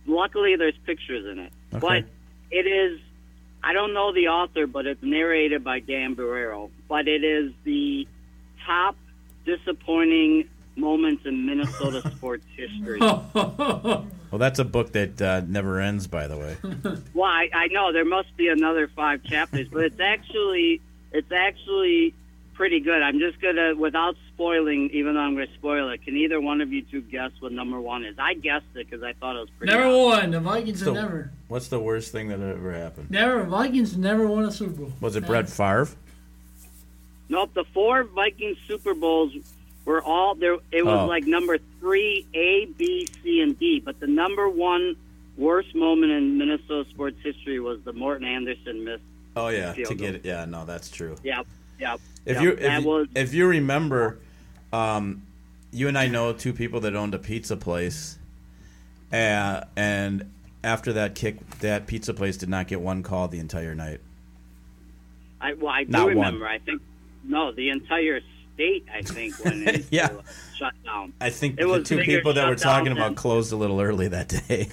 [SPEAKER 8] luckily there's pictures in it.
[SPEAKER 2] Okay.
[SPEAKER 8] But it is I don't know the author, but it's narrated by Dan Barrero. But it is the top disappointing moments in Minnesota sports history.
[SPEAKER 2] Well, that's a book that uh, never ends, by the [laughs] way.
[SPEAKER 8] Well, I, I know there must be another five chapters, but it's actually it's actually pretty good. I'm just gonna without spoiling, even though I'm gonna spoil it. Can either one of you two guess what number one is? I guessed it because I thought it was pretty.
[SPEAKER 3] Never
[SPEAKER 8] obvious.
[SPEAKER 3] won. The Vikings
[SPEAKER 2] So-
[SPEAKER 3] have never.
[SPEAKER 2] What's the worst thing that ever
[SPEAKER 8] [laughs]
[SPEAKER 2] happened?
[SPEAKER 3] Never. Vikings never won a Super Bowl.
[SPEAKER 2] Was it Brett Favre?
[SPEAKER 8] Nope, the four Viking Super Bowls were all there. It was
[SPEAKER 2] Oh.
[SPEAKER 8] like number three, A, B, C, and D. But the number one worst moment in Minnesota sports history was the Morton Anderson miss.
[SPEAKER 2] Oh yeah,
[SPEAKER 8] Field
[SPEAKER 2] to
[SPEAKER 8] goal.
[SPEAKER 2] get it. Yeah, no, that's true.
[SPEAKER 8] Yep, yep.
[SPEAKER 2] If
[SPEAKER 8] yep.
[SPEAKER 2] you
[SPEAKER 8] that
[SPEAKER 2] if, you-
[SPEAKER 8] was
[SPEAKER 2] if you remember, um, you and I know two people that owned a pizza place, uh, and after that kick, that pizza place did not get one call the entire night.
[SPEAKER 8] I, well, I
[SPEAKER 2] not
[SPEAKER 8] do
[SPEAKER 2] one.
[SPEAKER 8] remember. I think no, the entire state. I think went into
[SPEAKER 2] [laughs] Yeah.
[SPEAKER 8] a shutdown.
[SPEAKER 2] I think
[SPEAKER 8] It
[SPEAKER 2] the
[SPEAKER 8] was
[SPEAKER 2] two
[SPEAKER 8] bigger
[SPEAKER 2] people that were
[SPEAKER 8] shutdown
[SPEAKER 2] talking about
[SPEAKER 8] than-
[SPEAKER 2] closed a little early that [laughs] day.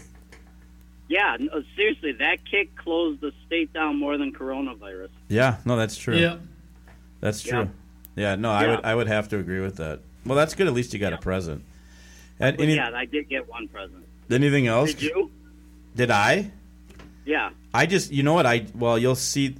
[SPEAKER 8] Yeah, no, seriously, that kick closed the state down more than coronavirus.
[SPEAKER 2] yeah, no, that's true.
[SPEAKER 3] Yeah.
[SPEAKER 2] That's
[SPEAKER 8] Yeah.
[SPEAKER 2] true. Yeah, no, I
[SPEAKER 8] Yeah.
[SPEAKER 2] would I would have to agree with that. Well, that's good. At least you got a present. And any,
[SPEAKER 8] yeah, I did get one present.
[SPEAKER 2] anything else?
[SPEAKER 8] Did you?
[SPEAKER 2] Did I?
[SPEAKER 8] Yeah.
[SPEAKER 2] I just, you know what? I well, you'll see.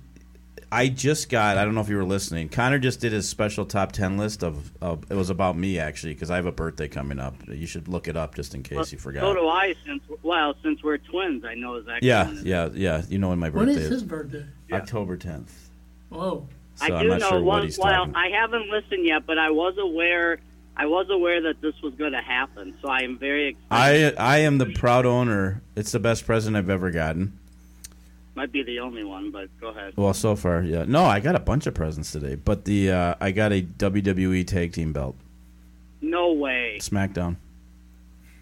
[SPEAKER 2] I just got. I don't know if you were listening. Connor just did his special top ten list of. of it was about me actually because I have a birthday coming up. You should look it up just in case
[SPEAKER 8] Well,
[SPEAKER 2] you forgot.
[SPEAKER 8] So do I. Since well, since we're twins, I know exactly.
[SPEAKER 2] yeah,
[SPEAKER 8] when it is.
[SPEAKER 2] yeah, yeah. You know when my
[SPEAKER 3] When
[SPEAKER 2] birthday
[SPEAKER 3] is
[SPEAKER 2] is,
[SPEAKER 3] his birthday?
[SPEAKER 2] October tenth.
[SPEAKER 3] Whoa.
[SPEAKER 2] So
[SPEAKER 8] I do
[SPEAKER 2] I'm not
[SPEAKER 8] know
[SPEAKER 2] sure
[SPEAKER 8] one.
[SPEAKER 2] what he's
[SPEAKER 8] well,
[SPEAKER 2] talking.
[SPEAKER 8] I haven't listened yet, but I was aware. I was aware that this was going to happen, so I am very excited.
[SPEAKER 2] I I am the proud owner. It's the best present I've ever gotten.
[SPEAKER 8] Might be the only one, but go ahead.
[SPEAKER 2] Well, so far, yeah. No, I got a bunch of presents today, but the uh, I got a WWE tag team belt,
[SPEAKER 8] No way.
[SPEAKER 2] SmackDown.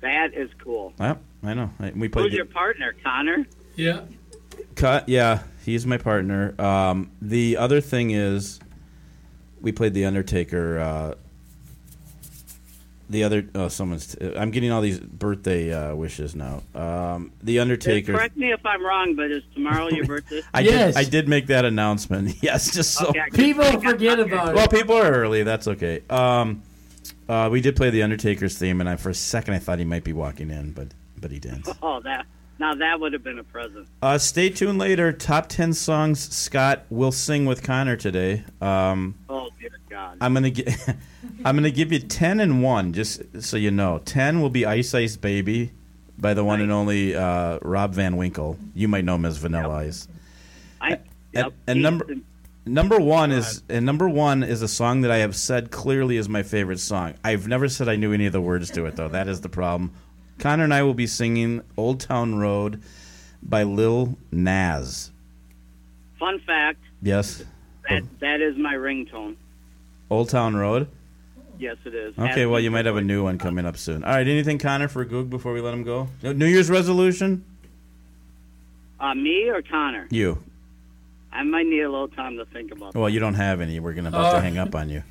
[SPEAKER 8] That is cool.
[SPEAKER 2] Yep, I know. I- We played.
[SPEAKER 8] Who's
[SPEAKER 2] the-
[SPEAKER 8] your partner, Connor?
[SPEAKER 3] Yeah.
[SPEAKER 2] Cut. Yeah, he's my partner. Um, the other thing is, we played the Undertaker. Uh, the other oh, someone's. I'm getting all these birthday uh, wishes now. Um, the Undertaker.
[SPEAKER 8] Correct me if I'm wrong, but is tomorrow
[SPEAKER 2] [laughs]
[SPEAKER 8] your birthday?
[SPEAKER 2] I
[SPEAKER 3] Yes.
[SPEAKER 2] did. I did make that announcement. [laughs] Yes, just so.
[SPEAKER 8] Okay, I-
[SPEAKER 3] [laughs] People forget about
[SPEAKER 2] Well,
[SPEAKER 3] it.
[SPEAKER 2] people are early. That's okay. Um, uh, we did play the Undertaker's theme, and I for a second I thought he might be walking in, but but he didn't.
[SPEAKER 8] Oh, that. Now that would have been a present.
[SPEAKER 2] Uh, stay tuned later. Top ten songs Scott will sing with Connor today. Um,
[SPEAKER 8] Oh, dear God.
[SPEAKER 2] I'm gonna gi- [laughs] I'm gonna give you ten and one, just so you know. Ten will be Ice Ice Baby by the one and only uh, Rob Van Winkle. You might know him as Vanilla Ice.
[SPEAKER 8] I, yep,
[SPEAKER 2] and number-
[SPEAKER 8] Ethan,
[SPEAKER 2] Number one is and number one is a song that I have said clearly is my favorite song. I've never said I knew any of the words to it though. That is the problem. Connor and I will be singing "Old Town Road" by Lil Nas.
[SPEAKER 8] Fun fact:
[SPEAKER 2] Yes,
[SPEAKER 8] that that is my ringtone.
[SPEAKER 2] "Old Town Road."
[SPEAKER 8] Yes, it is.
[SPEAKER 2] Okay, well, you might have a new one coming up soon. All right, anything, Connor, for Goog before we let him go? No- New Year's resolution?
[SPEAKER 8] Uh, me or Connor?
[SPEAKER 2] You.
[SPEAKER 8] I might need a little time to think about
[SPEAKER 2] Well, you don't have any. We're gonna about to
[SPEAKER 3] Uh.
[SPEAKER 2] hang up on
[SPEAKER 3] [laughs]
[SPEAKER 2] you.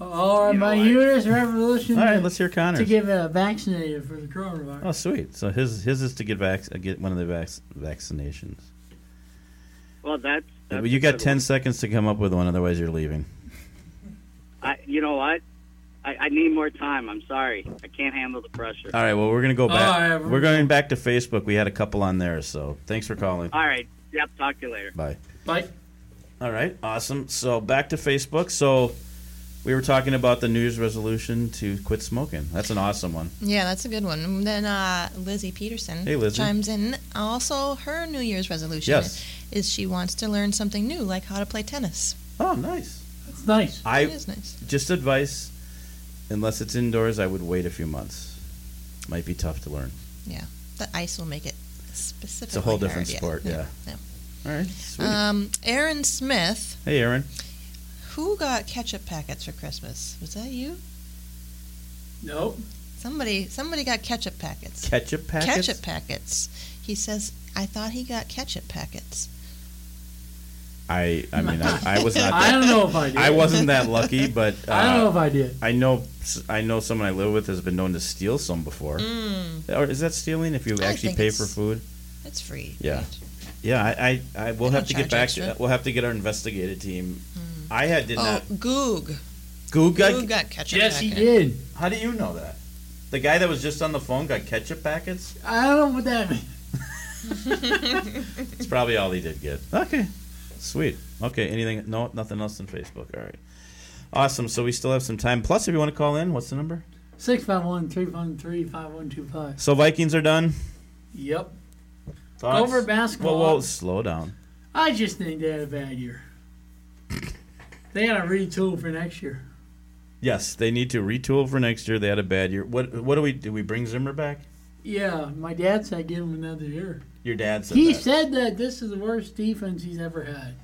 [SPEAKER 2] Oh.
[SPEAKER 3] Or
[SPEAKER 8] You know
[SPEAKER 3] my
[SPEAKER 8] what?
[SPEAKER 3] uterus revolution
[SPEAKER 2] All right, let's hear Connor.
[SPEAKER 3] to get uh, vaccinated for the coronavirus.
[SPEAKER 2] Oh, sweet. So his his is to get vac- uh, get one of the vac- vaccinations.
[SPEAKER 8] that. Well, that's. that's
[SPEAKER 2] you
[SPEAKER 8] a
[SPEAKER 2] got
[SPEAKER 8] good
[SPEAKER 2] ten
[SPEAKER 8] one.
[SPEAKER 2] seconds to come up with one, otherwise you're leaving.
[SPEAKER 8] I, you know what? I, I need more time. I'm sorry. I can't handle the pressure.
[SPEAKER 2] All right. Well, we're gonna go back.
[SPEAKER 3] All right, we're-
[SPEAKER 2] we're going back to Facebook. We had a couple on there, so thanks for calling.
[SPEAKER 8] All right. Yep. Talk to you later.
[SPEAKER 2] Bye.
[SPEAKER 3] Like,
[SPEAKER 2] Uh, All right, awesome. So back to Facebook. So we were talking about the New Year's resolution to quit smoking. That's an awesome one.
[SPEAKER 6] Yeah, that's a good one. And Then uh, Lizzie Peterson
[SPEAKER 2] Hey, Lizzie.
[SPEAKER 6] chimes in. Also, her New Year's resolution
[SPEAKER 2] Yes.
[SPEAKER 6] is she wants to learn something new, like how to play tennis.
[SPEAKER 2] Oh, nice.
[SPEAKER 3] That's nice.
[SPEAKER 6] It
[SPEAKER 2] I
[SPEAKER 6] is nice.
[SPEAKER 2] just advice. Unless it's indoors, I would wait a few months. Might be tough to learn.
[SPEAKER 6] The ice will make it specific.
[SPEAKER 2] It's a whole different sport. Yeah.
[SPEAKER 6] yeah.
[SPEAKER 2] All right. Sweet.
[SPEAKER 6] Um, Aaron Smith,
[SPEAKER 2] hey, Aaron.
[SPEAKER 6] who got ketchup packets for Christmas? Was that you?
[SPEAKER 3] Nope.
[SPEAKER 6] Somebody, somebody got ketchup packets.
[SPEAKER 2] Ketchup packets.
[SPEAKER 6] Ketchup packets. He says, "I thought he got ketchup packets."
[SPEAKER 2] I. I mean, I, I was not.
[SPEAKER 3] [laughs] I
[SPEAKER 2] That,
[SPEAKER 3] don't know if
[SPEAKER 2] [laughs]
[SPEAKER 3] I did.
[SPEAKER 2] I wasn't that lucky, but
[SPEAKER 3] [laughs]
[SPEAKER 2] uh,
[SPEAKER 3] I don't know if I did.
[SPEAKER 2] I know I know someone I live with has been known to steal some before. Or is that stealing if you
[SPEAKER 6] Mm. I
[SPEAKER 2] actually
[SPEAKER 6] think
[SPEAKER 2] pay
[SPEAKER 6] it's-
[SPEAKER 2] for food?
[SPEAKER 6] It's free.
[SPEAKER 2] Yeah. Yeah, I, I, I we'll
[SPEAKER 6] They
[SPEAKER 2] have
[SPEAKER 6] don't
[SPEAKER 2] to get back
[SPEAKER 6] charge
[SPEAKER 2] to
[SPEAKER 6] extra. Mm.
[SPEAKER 2] that. We'll have to get our investigative team. I had did
[SPEAKER 6] Oh,
[SPEAKER 2] not.
[SPEAKER 6] Goog.
[SPEAKER 2] Goog got,
[SPEAKER 6] Goog got ketchup
[SPEAKER 3] Yes, he
[SPEAKER 6] packets.
[SPEAKER 3] did.
[SPEAKER 2] How do you know that? The guy that was just on the phone got ketchup packets.
[SPEAKER 3] I don't know what that means.
[SPEAKER 2] It's probably all he did get. Okay, sweet. Okay, anything? No, nothing else than Facebook. All right, awesome. So we still have some time. Plus, if you want to call in, what's the number?
[SPEAKER 3] 651 313 5125.
[SPEAKER 2] So Vikings are done.
[SPEAKER 3] Yep.
[SPEAKER 2] Thoughts?
[SPEAKER 3] Over basketball.
[SPEAKER 2] Whoa, whoa, slow down.
[SPEAKER 3] I just think they had a bad
[SPEAKER 2] [laughs]
[SPEAKER 3] year. They got to retool for next year.
[SPEAKER 2] Yes, they need to retool for next year. They had a bad year. What what do we do? We bring Zimmer back?
[SPEAKER 3] Yeah, my dad said give him another year.
[SPEAKER 2] Your dad said
[SPEAKER 3] He
[SPEAKER 2] that.
[SPEAKER 3] said that this is the worst defense he's ever had.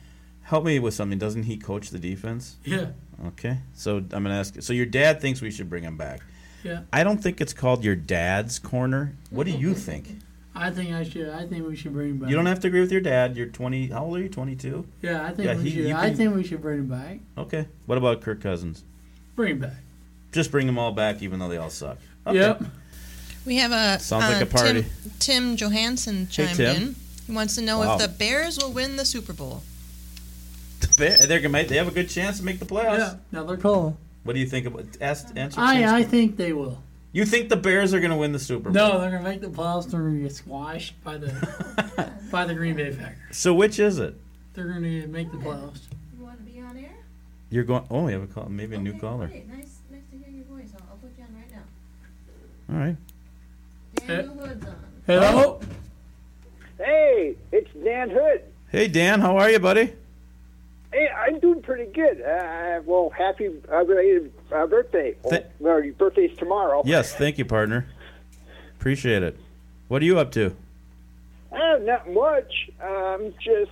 [SPEAKER 2] Help me with something. Doesn't he coach the defense?
[SPEAKER 3] Yeah,
[SPEAKER 2] Okay, so I'm gonna ask. So your dad thinks we should bring him back.
[SPEAKER 3] yeah.
[SPEAKER 2] I don't think it's called your dad's corner. What do you think?
[SPEAKER 3] I think I should. I think we should bring him back.
[SPEAKER 2] You don't have to agree with your dad. You're 20. How old are you? 22.
[SPEAKER 3] yeah, I think
[SPEAKER 2] Yeah,
[SPEAKER 3] we
[SPEAKER 2] he-
[SPEAKER 3] should.
[SPEAKER 2] you
[SPEAKER 3] I
[SPEAKER 2] can-
[SPEAKER 3] think we should bring him back.
[SPEAKER 2] Okay. What about Kirk Cousins?
[SPEAKER 3] Bring him back.
[SPEAKER 2] Just bring them all back, even though they all suck. Okay.
[SPEAKER 3] Yep.
[SPEAKER 2] [laughs]
[SPEAKER 6] We have a uh,
[SPEAKER 2] Sounds like a party.
[SPEAKER 6] Tim, Tim Johansson
[SPEAKER 2] Hey,
[SPEAKER 6] chimed
[SPEAKER 2] Tim.
[SPEAKER 6] in. He wants to know
[SPEAKER 2] Wow.
[SPEAKER 6] if the Bears will win the Super Bowl.
[SPEAKER 2] They- They're gonna make. They have a good chance to make the playoffs.
[SPEAKER 3] Yeah. Another call.
[SPEAKER 2] What do you think about? Ask, answer. Tim's
[SPEAKER 3] I I
[SPEAKER 2] question.
[SPEAKER 3] think they will.
[SPEAKER 2] you think the Bears are gonna win the Super Bowl? [laughs]
[SPEAKER 3] No, they're gonna make the playoffs. They're gonna get squashed by the by the Green Bay Packers.
[SPEAKER 2] So which is it?
[SPEAKER 3] They're gonna make the
[SPEAKER 2] [laughs]
[SPEAKER 3] playoffs.
[SPEAKER 9] You want to be on air?
[SPEAKER 2] You're going. Oh, we have a call. Maybe a new
[SPEAKER 9] Okay,
[SPEAKER 2] caller.
[SPEAKER 9] Great. Nice, nice to hear your voice. I'll, I'll put you on right now.
[SPEAKER 2] All right.
[SPEAKER 3] Uh,
[SPEAKER 9] Daniel Hood's on.
[SPEAKER 3] Hello.
[SPEAKER 2] Oh.
[SPEAKER 5] Hey, it's Dan Hood.
[SPEAKER 2] Hey Dan, how are you, buddy?
[SPEAKER 5] Hey, I'm doing pretty good. Uh, well, happy uh, belated uh, birthday.
[SPEAKER 2] Th-
[SPEAKER 5] well, your birthday's tomorrow.
[SPEAKER 2] Yes, thank you, partner. Appreciate it. What are you up to?
[SPEAKER 5] Uh, not much. I'm just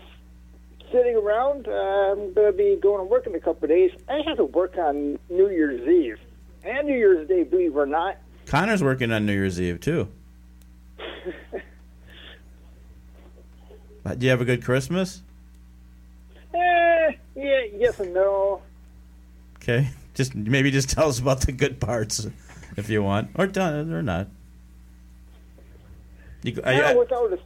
[SPEAKER 5] sitting around. Uh, I'm going to be going to work in a couple of days. I have to work on New Year's Eve and New Year's Day, believe it or not.
[SPEAKER 2] Connor's working on New Year's Eve too. Uh, Do you have a good Christmas?
[SPEAKER 5] Eh, yeah, yes and no.
[SPEAKER 2] Okay, [laughs] just maybe just tell us about the good parts, if you want, or done or not. You, go-
[SPEAKER 5] Now,
[SPEAKER 2] I,
[SPEAKER 5] with all this,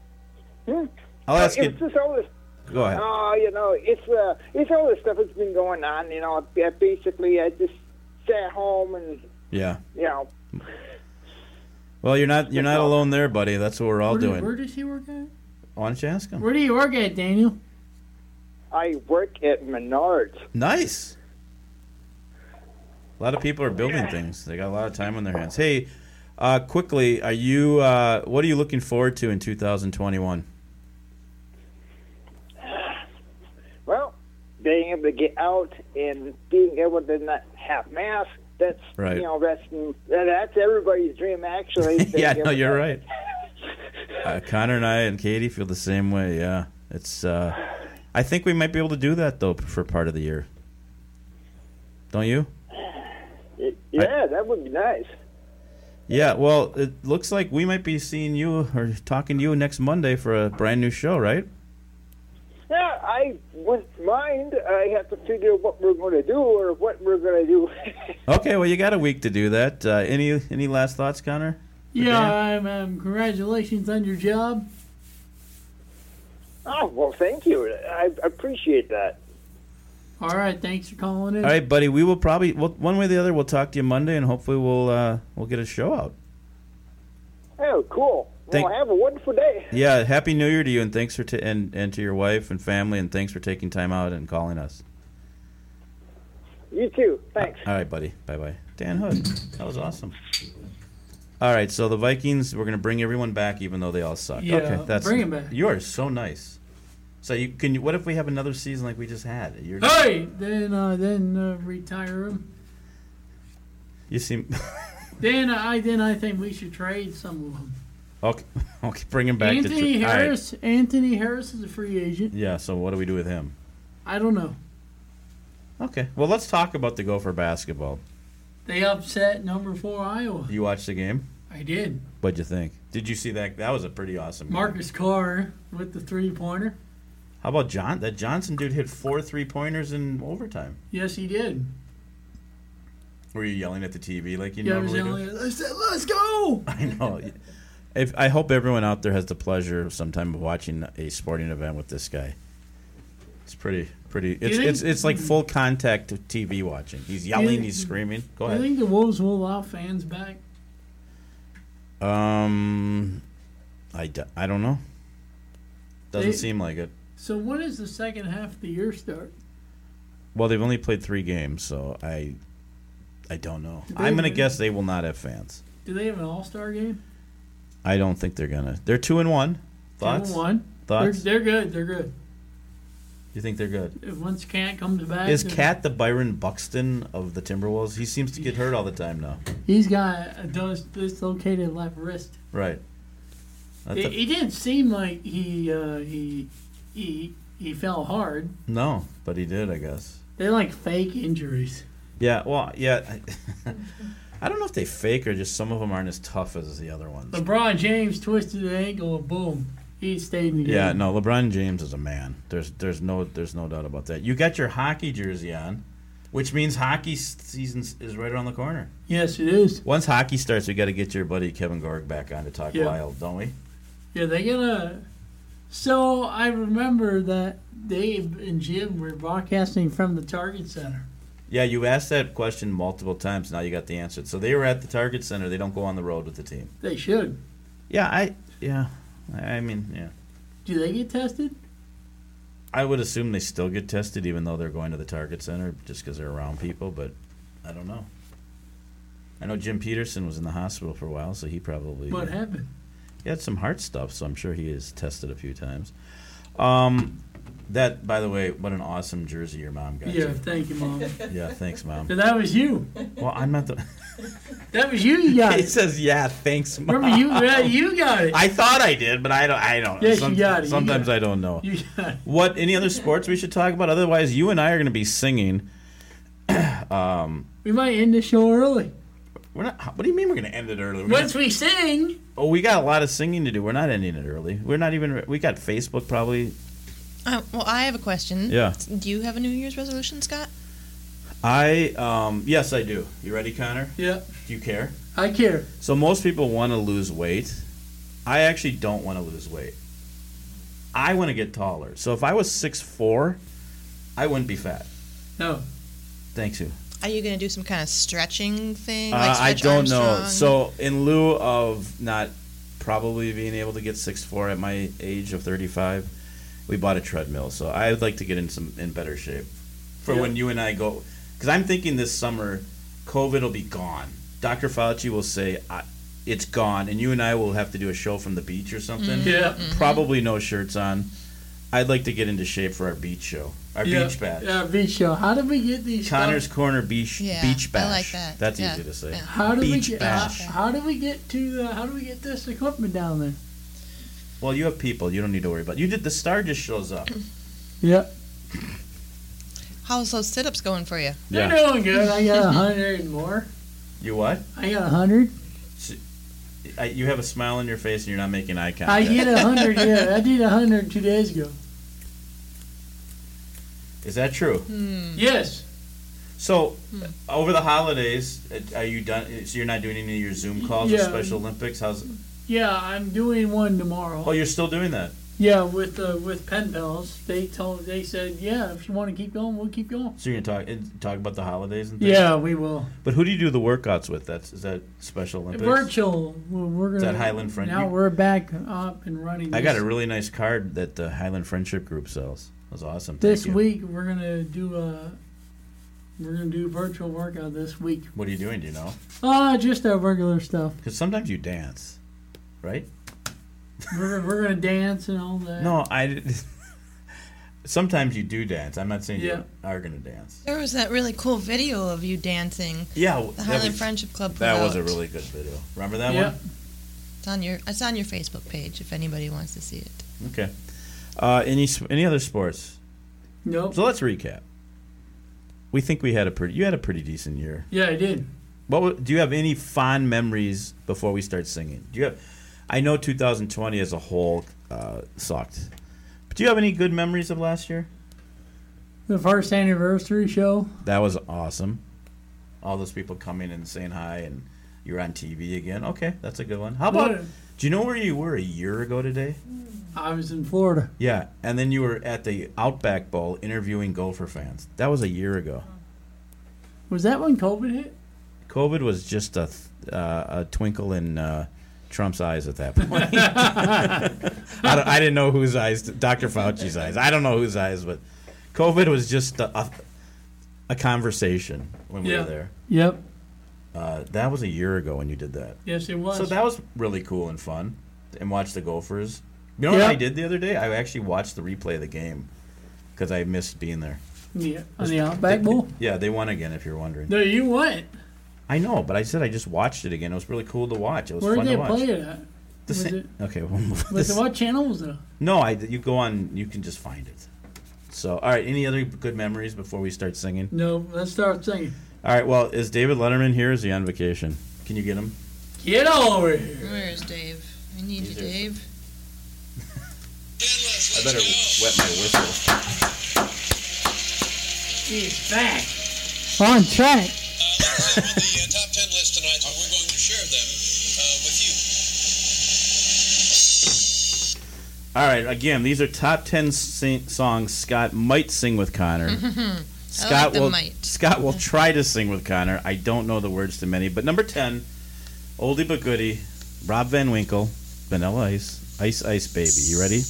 [SPEAKER 5] hmm?
[SPEAKER 2] Uh, I'll ask
[SPEAKER 5] it's
[SPEAKER 2] you.
[SPEAKER 5] just all this
[SPEAKER 2] Go ahead.
[SPEAKER 5] Oh, you know, it's uh, it's all the stuff that's been going on. You know, I, I basically I just sat home and
[SPEAKER 2] Yeah.
[SPEAKER 5] you know,
[SPEAKER 2] Well, you're not you're not alone there, buddy. That's what we're all
[SPEAKER 3] Where, do, where
[SPEAKER 2] doing.
[SPEAKER 3] does he work at?
[SPEAKER 2] Why don't you ask him?
[SPEAKER 3] Where do you work at, Daniel?
[SPEAKER 5] I work at Menards.
[SPEAKER 2] Nice. A lot of people are building things. They got a lot of time on their hands. Hey, uh, quickly, are you? Uh, what are you looking forward to in [laughs] 2021?
[SPEAKER 5] Well, being able to get out and being able to not have masks. That's
[SPEAKER 2] Right.
[SPEAKER 5] you know that's that's everybody's dream actually.
[SPEAKER 2] [laughs] yeah,
[SPEAKER 5] Being
[SPEAKER 2] no,
[SPEAKER 5] able
[SPEAKER 2] you're
[SPEAKER 5] to-
[SPEAKER 2] right. Uh, Connor and I and Katie feel the same way. Yeah, it's. Uh, I think we might be able to do that though for part of the year. Don't you?
[SPEAKER 5] [laughs] Yeah, that would be nice.
[SPEAKER 2] Yeah. Well, it looks like we might be seeing you or talking to you next Monday for a brand new show, right?
[SPEAKER 5] Yeah, I wouldn't mind. I have to figure what we're going to do or what we're going to do. [laughs]
[SPEAKER 2] Okay. Well, you got a week to do that. Uh, any any last thoughts, Connor?
[SPEAKER 3] Yeah, I'm, um, congratulations on your job.
[SPEAKER 5] oh well, thank you. I appreciate that.
[SPEAKER 3] All right, thanks for calling in.
[SPEAKER 2] All right, buddy. We will probably well, one way or the other. We'll talk to you Monday, and hopefully we'll uh, we'll get a show out.
[SPEAKER 5] Oh, cool.
[SPEAKER 2] Thank-
[SPEAKER 10] well, have a wonderful day.
[SPEAKER 2] Yeah, happy New Year to you, and thanks for t- and and to your wife and family, and thanks for taking time out and calling us.
[SPEAKER 10] You too. Thanks.
[SPEAKER 2] All right, buddy. Bye bye. Dan Hood. That was awesome. All right, so the Vikings, we're gonna bring everyone back, even though they all suck.
[SPEAKER 3] Yeah,
[SPEAKER 2] okay, that's
[SPEAKER 3] bring 'em back.
[SPEAKER 2] You are so nice. So you can. You, what if we have another season like we just had? You're,
[SPEAKER 3] Hey, then uh, then uh, retire him.
[SPEAKER 2] You seem [laughs]
[SPEAKER 3] Then I then I think we should trade some of them.
[SPEAKER 2] okay. Okay, bring him back. to
[SPEAKER 3] Anthony
[SPEAKER 2] tr- all right.
[SPEAKER 3] Harris. Anthony Harris is a free agent.
[SPEAKER 2] Yeah. So what do we do with him?
[SPEAKER 3] I don't know.
[SPEAKER 2] Okay. Well, let's talk about the Gopher basketball.
[SPEAKER 3] They upset number four Iowa.
[SPEAKER 2] You watched the game.
[SPEAKER 3] I did.
[SPEAKER 2] What'd you think? Did you see that? That was a pretty awesome. game.
[SPEAKER 3] Marcus Carr with the three pointer.
[SPEAKER 2] How about John? That Johnson dude hit four three pointers in overtime.
[SPEAKER 3] Yes, he did.
[SPEAKER 2] Were you yelling at the TV like you
[SPEAKER 3] Yeah, I was
[SPEAKER 2] normally do?
[SPEAKER 3] yelling. I said, "Let's go!"
[SPEAKER 2] [laughs] I know. If, I hope everyone out there has the pleasure sometime of watching a sporting event with this guy. It's pretty, pretty. It's
[SPEAKER 3] think-
[SPEAKER 2] it's, it's like full contact TV watching. He's yelling,
[SPEAKER 3] think-
[SPEAKER 2] he's screaming. Go
[SPEAKER 3] I
[SPEAKER 2] ahead.
[SPEAKER 3] think the Wolves will allow fans back.
[SPEAKER 2] um, I, d- I don't know. Doesn't
[SPEAKER 3] They-
[SPEAKER 2] seem like it.
[SPEAKER 3] So when does the second half of the year start?
[SPEAKER 2] Well, they've only played three games, so I, I don't know.
[SPEAKER 3] They-
[SPEAKER 2] I'm gonna guess they will not have fans.
[SPEAKER 3] Do they have an All Star game?
[SPEAKER 2] I don't think they're gonna. They're two and one. Thoughts?
[SPEAKER 3] Number one.
[SPEAKER 2] Thoughts?
[SPEAKER 3] They're, they're good. They're good.
[SPEAKER 2] You think they're good?
[SPEAKER 3] If once Cat comes back,
[SPEAKER 2] Is
[SPEAKER 3] then-
[SPEAKER 2] Cat the Byron Buxton of the Timberwolves? He seems to get hurt all the time now.
[SPEAKER 3] He's got a dis- dislocated left wrist.
[SPEAKER 2] Right. I
[SPEAKER 3] It,
[SPEAKER 2] thought-
[SPEAKER 3] it didn't seem like he uh, he he he fell hard.
[SPEAKER 2] no, but he did, I guess.
[SPEAKER 3] They like fake injuries.
[SPEAKER 2] Yeah. Well, yeah. [laughs] I, I don't know if they fake or just some of them aren't as tough as the other ones.
[SPEAKER 3] LeBron James twisted an ankle and boom, he stayed in the game.
[SPEAKER 2] yeah. No, LeBron James is a man. There's there's no there's no doubt about that. You got your hockey jersey on, which means hockey s- season s- is right around the corner.
[SPEAKER 3] Yes, it is.
[SPEAKER 2] Once hockey starts, we got to get your buddy Kevin Gorg back on to talk
[SPEAKER 3] Yeah.
[SPEAKER 2] wild, don't we?
[SPEAKER 3] Yeah, they get a. So I remember that Dave and Jim were broadcasting from the Target Center.
[SPEAKER 2] Yeah, you asked that question multiple times. Now you got the answer. So they were at the Target Center. They don't go on the road with the team.
[SPEAKER 3] They should.
[SPEAKER 2] Yeah, I yeah, I I mean yeah.
[SPEAKER 3] Do they get tested?
[SPEAKER 2] I would assume they still get tested even though they're going to the Target Center just because they're around people. But I don't know. I know Jim Peterson was in the hospital for a while, so he probably
[SPEAKER 3] What happened?
[SPEAKER 2] he had some heart stuff. So I'm sure he is tested a few times. Um, that by the way, what an awesome jersey your mom got.
[SPEAKER 3] Yeah,
[SPEAKER 2] you.
[SPEAKER 3] thank you, mom.
[SPEAKER 2] yeah,
[SPEAKER 3] [laughs]
[SPEAKER 2] thanks, mom.
[SPEAKER 3] But that was you.
[SPEAKER 2] Well, I'm not the.
[SPEAKER 3] That was you. You got
[SPEAKER 2] [laughs] he
[SPEAKER 3] it.
[SPEAKER 2] says, yeah, [laughs] thanks, mom.
[SPEAKER 3] Remember you? Yeah, you got it.
[SPEAKER 2] I thought I did, but I don't. I don't.
[SPEAKER 3] Yes, you
[SPEAKER 2] Some-
[SPEAKER 3] got it, you
[SPEAKER 2] Sometimes
[SPEAKER 3] got
[SPEAKER 2] I don't know.
[SPEAKER 3] You got it.
[SPEAKER 2] What? Any other sports we should talk about? Otherwise, you and I are going to be singing.
[SPEAKER 3] We might end the show early.
[SPEAKER 2] We're not. What do you mean we're going to end it early? We're gonna-
[SPEAKER 3] Once we sing,
[SPEAKER 2] oh, we got a lot of singing to do. We're not ending it early. We're not even. We got Facebook probably.
[SPEAKER 6] Uh, well, I have a question.
[SPEAKER 2] Yeah.
[SPEAKER 6] Do you have a New Year's resolution, Scott?
[SPEAKER 2] I. Um. Yes, I do. You ready, Connor?
[SPEAKER 3] yeah,
[SPEAKER 2] Do you care?
[SPEAKER 3] I care.
[SPEAKER 2] So most people want to lose weight. I actually don't want to lose weight. I want to get taller. So if I was six four, I wouldn't be fat.
[SPEAKER 3] No,
[SPEAKER 2] Thanks you.
[SPEAKER 6] Are you going to do some kind of stretching thing?
[SPEAKER 2] Uh,
[SPEAKER 6] Like
[SPEAKER 2] I
[SPEAKER 6] Stretch
[SPEAKER 2] don't know.
[SPEAKER 6] Armstrong?
[SPEAKER 2] So in lieu of not probably being able to get six four at my age of thirty five, we bought a treadmill. So I would like to get in some in better shape for
[SPEAKER 3] Yeah.
[SPEAKER 2] when you and I go. Because I'm thinking this summer, COVID will be gone. Dr. Fauci will say I, it's gone, and you and I will have to do a show from the beach or something.
[SPEAKER 3] Yeah.
[SPEAKER 6] Mm-hmm.
[SPEAKER 2] Probably no shirts on. I'd like to get into shape for our beach show, our
[SPEAKER 3] yeah.
[SPEAKER 2] beach bash.
[SPEAKER 3] Yeah, beach show. How did we get these?
[SPEAKER 2] Connor's Corner Beach
[SPEAKER 6] Yeah,
[SPEAKER 2] Beach
[SPEAKER 6] I
[SPEAKER 2] Bash.
[SPEAKER 6] like that.
[SPEAKER 2] That's
[SPEAKER 6] Yeah.
[SPEAKER 2] easy to say.
[SPEAKER 6] Yeah.
[SPEAKER 3] How do we
[SPEAKER 2] Beach
[SPEAKER 3] get?
[SPEAKER 2] bash.
[SPEAKER 3] How, how do we get to the? How do we get this equipment down there?
[SPEAKER 2] Well, you have people. You don't need to worry about. You did the star just shows up.
[SPEAKER 3] Yeah,
[SPEAKER 6] How's those sit ups going for you?
[SPEAKER 3] they're doing good. I got a
[SPEAKER 2] [laughs]
[SPEAKER 3] hundred and more.
[SPEAKER 2] You what?
[SPEAKER 3] I got a hundred.
[SPEAKER 2] I, you have a smile on your face and you're not making eye contact.
[SPEAKER 3] I did a hundred. Yeah, I did a hundred two days ago.
[SPEAKER 2] Is that true?
[SPEAKER 3] Hmm. Yes.
[SPEAKER 2] So,
[SPEAKER 3] Hmm.
[SPEAKER 2] over the holidays, uh, are you done? So you're not doing any of your Zoom calls or
[SPEAKER 3] Yeah.
[SPEAKER 2] Special Olympics? How's?
[SPEAKER 3] Yeah, I'm doing one
[SPEAKER 2] Oh,
[SPEAKER 3] tomorrow.
[SPEAKER 2] you're still doing that.
[SPEAKER 3] Yeah, with uh, with pen pals, they told they said, yeah, if you want to keep going, we'll keep going.
[SPEAKER 2] So you're gonna talk it- talk about the holidays and things?
[SPEAKER 3] Yeah, we will.
[SPEAKER 2] But who do you do the workouts with? That's is that Special Olympics?
[SPEAKER 3] Virtual. We're, we're gonna.
[SPEAKER 2] Is that Highland Friend-
[SPEAKER 3] Now
[SPEAKER 2] you-
[SPEAKER 3] we're back up and running.
[SPEAKER 2] I got a
[SPEAKER 3] this-
[SPEAKER 2] really nice card that the Highland Friendship Group sells. That was awesome. Thank
[SPEAKER 3] This
[SPEAKER 2] you.
[SPEAKER 3] week we're gonna do a. We're gonna do virtual workout this week.
[SPEAKER 2] What are you doing? Do you know?
[SPEAKER 3] Ah, just our regular stuff.
[SPEAKER 2] Because sometimes you dance, right?
[SPEAKER 3] We're, we're gonna dance and all that.
[SPEAKER 2] No, I. [laughs] sometimes you do dance. I'm not saying
[SPEAKER 3] Yeah.
[SPEAKER 2] you are gonna dance.
[SPEAKER 6] There was that really cool video of you dancing.
[SPEAKER 2] Yeah, w-
[SPEAKER 6] The
[SPEAKER 2] that
[SPEAKER 6] Highland
[SPEAKER 2] was-
[SPEAKER 6] Friendship Club.
[SPEAKER 2] That was a
[SPEAKER 6] put out.
[SPEAKER 2] really good video. Remember that
[SPEAKER 3] Yeah.
[SPEAKER 2] one?
[SPEAKER 6] It's on your. It's on your Facebook page if anybody wants to see it.
[SPEAKER 2] Okay. Uh, any s- any other sports?
[SPEAKER 3] Nope.
[SPEAKER 2] So let's recap. We think we had a pretty. You had a pretty decent year.
[SPEAKER 3] Yeah, I did.
[SPEAKER 2] What wa- do you have any fond memories before we start singing? Do you have? I know 2020 as a whole uh, sucked, but do you have any good memories of last year?
[SPEAKER 3] The first anniversary show.
[SPEAKER 2] That was awesome. All those people coming and saying hi, and you're on TV again. Okay, that's a good one. How about?
[SPEAKER 3] Yeah.
[SPEAKER 2] Do you know where you were a year ago today?
[SPEAKER 3] I was in Florida.
[SPEAKER 2] Yeah, and then you were at the Outback Bowl interviewing Gopher fans. That was a year ago.
[SPEAKER 3] Was that when COVID hit?
[SPEAKER 2] COVID was just a th- uh, a twinkle in uh, Trump's eyes at
[SPEAKER 3] [laughs]
[SPEAKER 2] that point. I, don't- I didn't know whose eyes, Dr. Fauci's eyes. I don't know whose eyes, but COVID was just a, a, a conversation when we
[SPEAKER 3] Yeah.
[SPEAKER 2] were there.
[SPEAKER 3] Yep.
[SPEAKER 2] Uh, that was a year ago when you did that.
[SPEAKER 3] Yes, it was.
[SPEAKER 2] So that was really cool and fun, and watch the Gophers. You know
[SPEAKER 3] Yeah.
[SPEAKER 2] what I did the other day? I actually watched the replay of the game because I missed being there.
[SPEAKER 3] yeah, on the Outback Bowl.
[SPEAKER 2] Yeah, they won again. If you're wondering,
[SPEAKER 3] No, you went.
[SPEAKER 2] I know, but I said I just watched it again. It was really cool to watch. It was
[SPEAKER 3] Where
[SPEAKER 2] fun
[SPEAKER 3] did
[SPEAKER 2] to
[SPEAKER 3] they
[SPEAKER 2] watch.
[SPEAKER 3] play it at?
[SPEAKER 2] The
[SPEAKER 3] was [laughs]
[SPEAKER 2] sa-
[SPEAKER 3] it-
[SPEAKER 2] Okay, we'll move. on.
[SPEAKER 3] Was
[SPEAKER 2] This-
[SPEAKER 3] it what channel was it?
[SPEAKER 2] No, I. You go on. You can just find it. So, all right. Any other good memories before we start singing?
[SPEAKER 3] No, let's start singing.
[SPEAKER 2] All right. Well, is David Letterman here? Or is he on vacation? Can you get him?
[SPEAKER 3] Get over here.
[SPEAKER 6] Where is Dave? I need you,
[SPEAKER 2] Either.
[SPEAKER 6] Dave.
[SPEAKER 2] I better wet my whistle.
[SPEAKER 3] He's back. On track.
[SPEAKER 7] Uh, let's go with the uh, top 10 list tonight, and we're going to share them uh, with you.
[SPEAKER 2] All right. Again, these are top ten sing- songs Scott might sing with
[SPEAKER 6] [laughs]
[SPEAKER 2] Connor. Scott
[SPEAKER 6] the
[SPEAKER 2] will.
[SPEAKER 6] might.
[SPEAKER 2] Scott will try to sing with Connor. I don't know the words to many, but number ten, oldie but goodie, Rob Van Winkle, Vanilla Ice, Ice Ice Baby. You ready?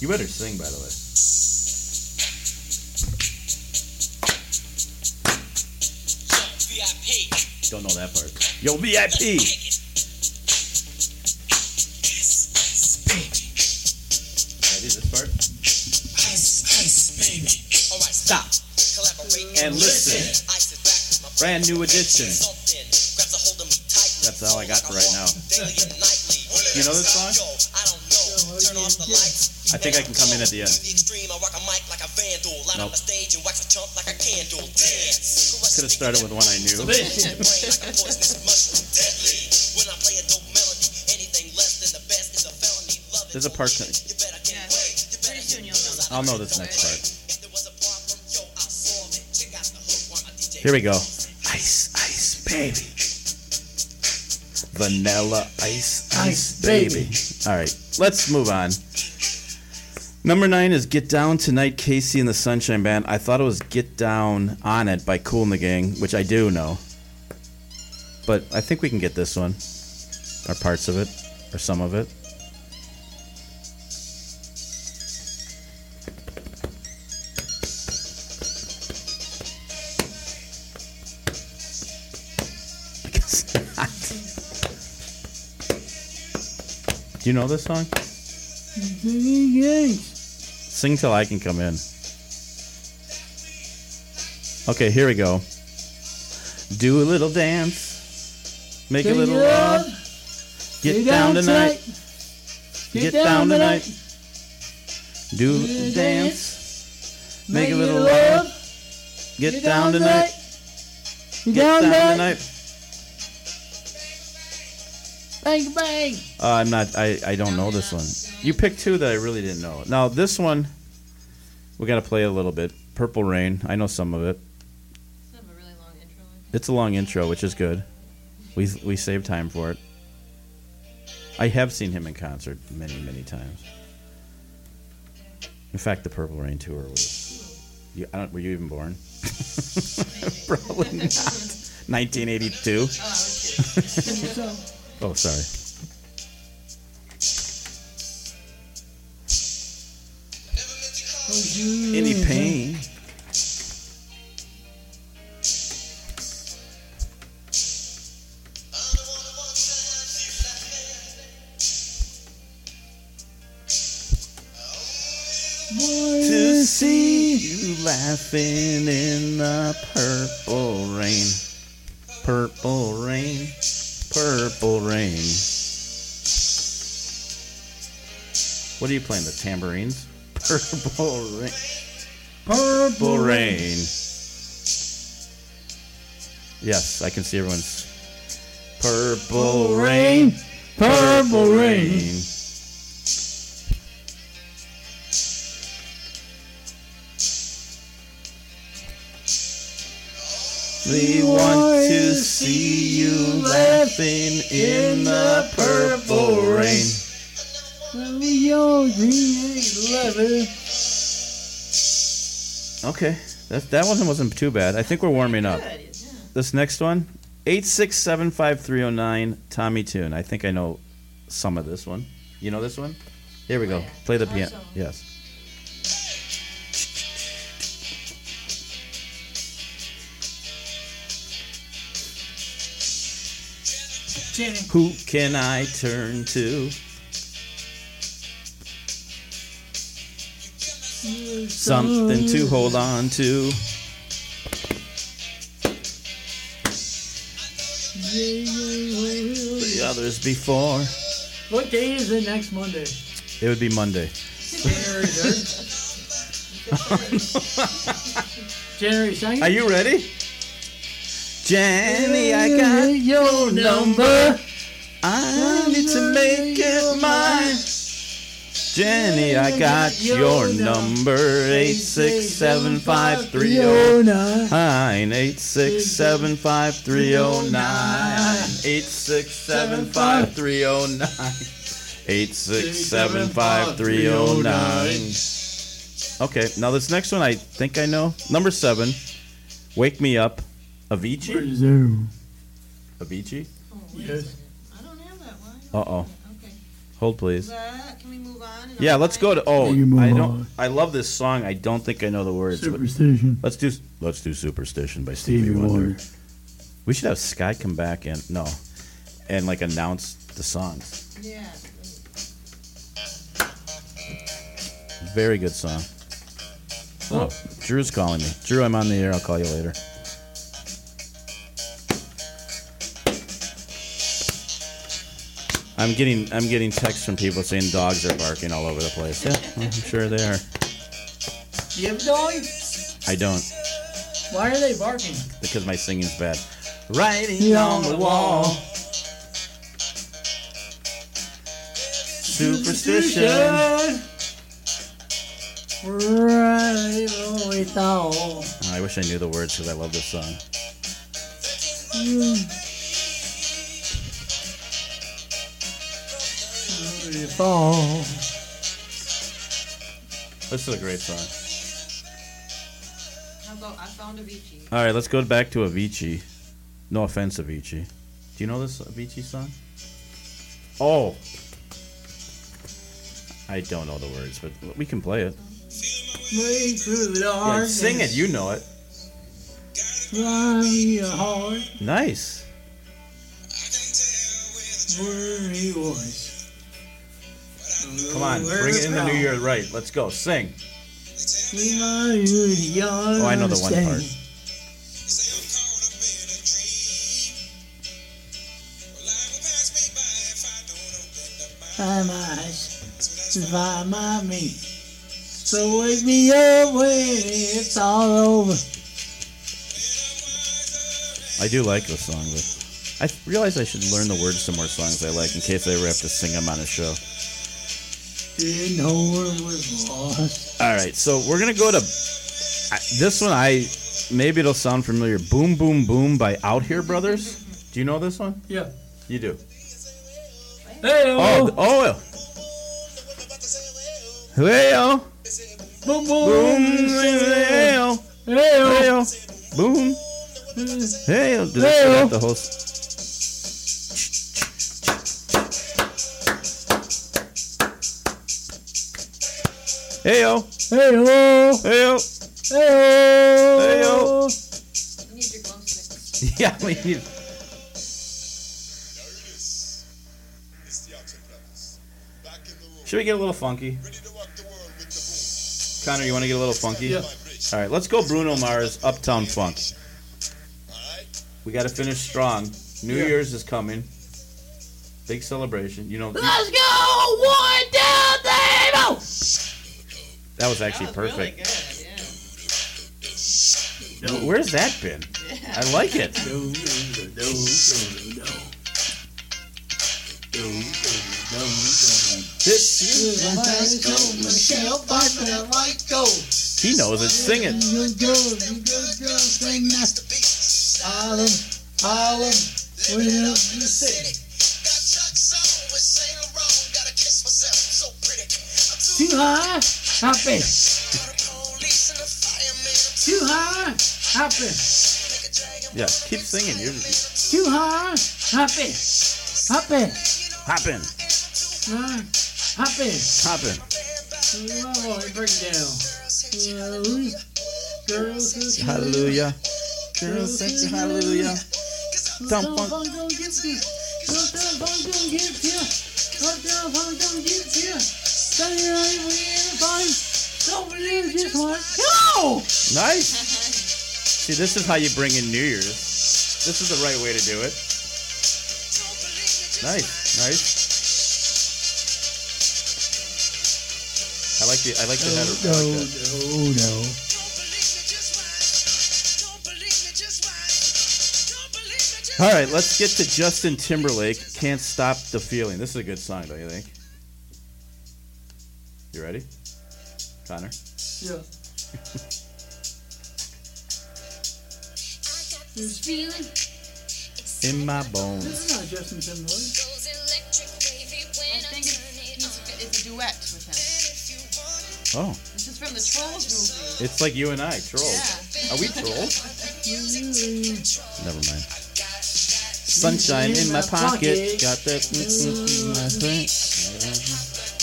[SPEAKER 2] You better sing, by the way.
[SPEAKER 7] VIP.
[SPEAKER 2] Don't know that part. Yo, VIP. Ready this part?
[SPEAKER 7] All right,
[SPEAKER 2] Stop
[SPEAKER 7] collaborate.
[SPEAKER 2] and listen.
[SPEAKER 7] I sit back with my
[SPEAKER 2] Brand new edition.
[SPEAKER 7] something. Grabs a hold of me tightly.
[SPEAKER 2] That's all I got for right now.
[SPEAKER 7] Daily and nightly.
[SPEAKER 2] You know this song?
[SPEAKER 7] Yo, I don't know. Turn off the lights.
[SPEAKER 2] I think I can come in at the end.
[SPEAKER 7] To the extreme, I rock a mic like a vandal. Light up
[SPEAKER 2] Nope.
[SPEAKER 7] a stage and wax a chump like a candle. Dance.
[SPEAKER 2] Could have started with one I knew.
[SPEAKER 7] Crush the brain like a poisonous mushroom. Deadly. When I play a dope melody, anything less than the best is a felony. Love it.
[SPEAKER 2] There's a part. that-
[SPEAKER 7] You better get
[SPEAKER 6] Yeah.
[SPEAKER 7] away. You better
[SPEAKER 6] Pretty soon you'll know.
[SPEAKER 2] I'll know this next part.
[SPEAKER 7] If there was a problem, yo, I'll solve it. Check out the hook while my DJ
[SPEAKER 2] Here we go. Ice Ice Baby. Vanilla Ice Ice
[SPEAKER 3] Ice
[SPEAKER 2] Baby.
[SPEAKER 3] Baby.
[SPEAKER 2] All right, let's move on. Number nine is Get Down Tonight, Casey and the Sunshine Band. I thought it was Get Down On It by Cool and the Gang, which I do know. But I think we can get this one, or parts of it, or some of it. I guess not. Do you know this song?
[SPEAKER 3] Yes.
[SPEAKER 2] Sing till I can come in. Okay, here we go. Do a little dance. Make a
[SPEAKER 3] Sing
[SPEAKER 2] little
[SPEAKER 3] it
[SPEAKER 2] love.
[SPEAKER 3] up.
[SPEAKER 2] Get, down, tonight.
[SPEAKER 3] Get, down, tonight.
[SPEAKER 2] Do a
[SPEAKER 3] Do
[SPEAKER 2] little
[SPEAKER 3] a
[SPEAKER 2] dance.
[SPEAKER 3] Make, a little love.
[SPEAKER 2] Get, down, tonight.
[SPEAKER 3] Get,
[SPEAKER 2] Get
[SPEAKER 3] down,
[SPEAKER 2] down
[SPEAKER 3] tonight.
[SPEAKER 2] tonight.
[SPEAKER 3] Bang bang.
[SPEAKER 2] Uh, I'm not. I, I don't know this one. You picked two that I really didn't know. Now this one, we got to play a little bit. Purple Rain. I know some of it.
[SPEAKER 6] have a really long intro.
[SPEAKER 2] It's a long intro, which is good. We we saved time for it. I have seen him in concert many, many times. In fact, the Purple Rain tour was. You, I don't, were you even born? [laughs] Probably not. 1982. [laughs] oh, sorry. Any pain? to see you laughing in the purple rain. Purple rain, purple rain. What are you playing? The tambourines? [laughs] Purple rain. Purple rain. Yes, I can see everyone's. Purple rain, purple rain. We want to see you laughing in the purple rain. Okay, that that one wasn't too bad. I think we're warming up. This next one, eight six seven five three zero nine Tommy Tune. I think I know some of this one. You know this one? Here we go. Play the piano. Yes. Who can I turn to? Something to hold on to. The others before.
[SPEAKER 3] What day is it next Monday?
[SPEAKER 2] It would be Monday.
[SPEAKER 3] January 3rd? [laughs] January 2nd?
[SPEAKER 2] Are you ready? Jenny, I got your number. I need to make it mine. Jenny, I got your number. Eight six seven five three zero nine. Eight six seven five three zero nine. Eight six seven five three zero nine. Eight six seven five three zero nine. Okay, now this next one I think I know. Number seven, "Wake Me Up," Avicii.
[SPEAKER 3] Zoom.
[SPEAKER 2] Avicii.
[SPEAKER 6] Oh, wait a
[SPEAKER 3] Yes.
[SPEAKER 6] second. I don't have that one.
[SPEAKER 2] Uh oh.
[SPEAKER 6] Okay.
[SPEAKER 2] Hold please.
[SPEAKER 6] But can we move on? and
[SPEAKER 2] Yeah,
[SPEAKER 6] I'll
[SPEAKER 2] let's go
[SPEAKER 6] find
[SPEAKER 2] to. Oh,
[SPEAKER 3] You move
[SPEAKER 2] I don't.
[SPEAKER 3] on.
[SPEAKER 2] I love this song. I don't think I know the words. but
[SPEAKER 3] Superstition.
[SPEAKER 2] let's do. Let's do "Superstition" by Stevie,
[SPEAKER 3] Stevie
[SPEAKER 2] Wonder.
[SPEAKER 3] Wonder.
[SPEAKER 2] We should have Sky come back and no, and like announce the songs.
[SPEAKER 6] it? Yeah.
[SPEAKER 2] Very good song. Oh, Drew's calling me. Drew, I'm on the air. I'll call you later. I'm getting I'm getting texts from people saying dogs are barking all over the place. Yeah, I'm sure they are.
[SPEAKER 3] Do you have a dog?
[SPEAKER 2] I don't.
[SPEAKER 3] Why are they barking?
[SPEAKER 2] because my singing's bad. Writing on the wall. Superstition.
[SPEAKER 3] Right on with all.
[SPEAKER 2] I wish I knew the words because I love this song.
[SPEAKER 3] Fall.
[SPEAKER 2] This is a great song.
[SPEAKER 6] I'll go. I found Avicii.
[SPEAKER 2] All right, let's go back to Avicii. No offense, Avicii. Do you know this Avicii song? Oh. I don't know the words, but we can play it.
[SPEAKER 3] Way through the dark.
[SPEAKER 2] Yeah, sing it, you know it.
[SPEAKER 3] Run your heart.
[SPEAKER 2] Nice.
[SPEAKER 3] Uh-huh. Worry voice.
[SPEAKER 2] Come on, bring it in the new year right. Let's go. Sing.
[SPEAKER 3] Oh,
[SPEAKER 2] Oh, I know the one part.
[SPEAKER 3] By my eyes, by my me. So wake me up when it's all over.
[SPEAKER 2] I do like this song, but I realize I should learn the words to more songs I like in case I ever have to sing them on a show.
[SPEAKER 3] Didn't know where it was lost.
[SPEAKER 2] All right, so we're gonna go to I- this one. I maybe it'll sound familiar. Boom, boom, boom by Out Here Brothers. Do you know this one?
[SPEAKER 3] Yeah.
[SPEAKER 2] You do.
[SPEAKER 6] Wait,
[SPEAKER 2] Oh, oh. Well.
[SPEAKER 1] Boom,
[SPEAKER 2] Boom.
[SPEAKER 1] boom.
[SPEAKER 2] Well. Well. Boom. Well. Does it set up the whole s- Heyo.
[SPEAKER 1] Heyo.
[SPEAKER 2] Heyo.
[SPEAKER 1] Heyo.
[SPEAKER 4] You need your gloves
[SPEAKER 2] [laughs] Yeah, we need. Should we get a little funky? Connor, you want to get a little funky?
[SPEAKER 1] Yeah.
[SPEAKER 2] All right, let's go Bruno Mars, Uptown Funk. We got to finish strong. New
[SPEAKER 1] Yeah.
[SPEAKER 2] Year's is coming. Big celebration. You know,
[SPEAKER 6] Let's go! One, two, three, four!
[SPEAKER 2] that was actually perfect. Where's that been? I like [laughs] it. This-
[SPEAKER 3] Michelle Pfeiffer, like gold.
[SPEAKER 2] he knows it. Sing it.
[SPEAKER 3] You good girls, you good girls, sing that. Harlem, Harlem, we up in the city. Too high, hop in. Too high, hop in.
[SPEAKER 2] Yeah, keep singing. You're just
[SPEAKER 3] Too high, hop in. Hop in,
[SPEAKER 2] hopping,
[SPEAKER 3] Nah, hop in.
[SPEAKER 2] hopping.
[SPEAKER 3] Oh, it break it down. Ooh, Girls, girls,
[SPEAKER 2] Hallelujah. Girls sing to hallelujah. Dump
[SPEAKER 3] Girls,
[SPEAKER 2] funk.
[SPEAKER 3] girls, don't get you. Girls, girls, don't get you. Girls, girls, don't get you. Tell you right when you're fine. Don't believe this one. Go!
[SPEAKER 2] Nice. See, this is how you bring in New Year's. This is the right way to do it. Nice, nice. I like the I like the header. I like that.
[SPEAKER 3] no.
[SPEAKER 2] All right, let's get to Justin Timberlake. Can't stop the feeling. This is a good song, don't you think? You ready, Connor?
[SPEAKER 1] Yeah.
[SPEAKER 4] This feeling
[SPEAKER 2] In my bones.
[SPEAKER 1] This is not Justin
[SPEAKER 4] I
[SPEAKER 1] Timberlake.
[SPEAKER 4] think it's, he's, it's a duet with him.
[SPEAKER 2] Oh,
[SPEAKER 4] This is from the Trolls movie.
[SPEAKER 2] it's like you and I, trolls. Are we trolls? Never mind. Sunshine in my pocket. Got that. mm, mm, mm, my thing.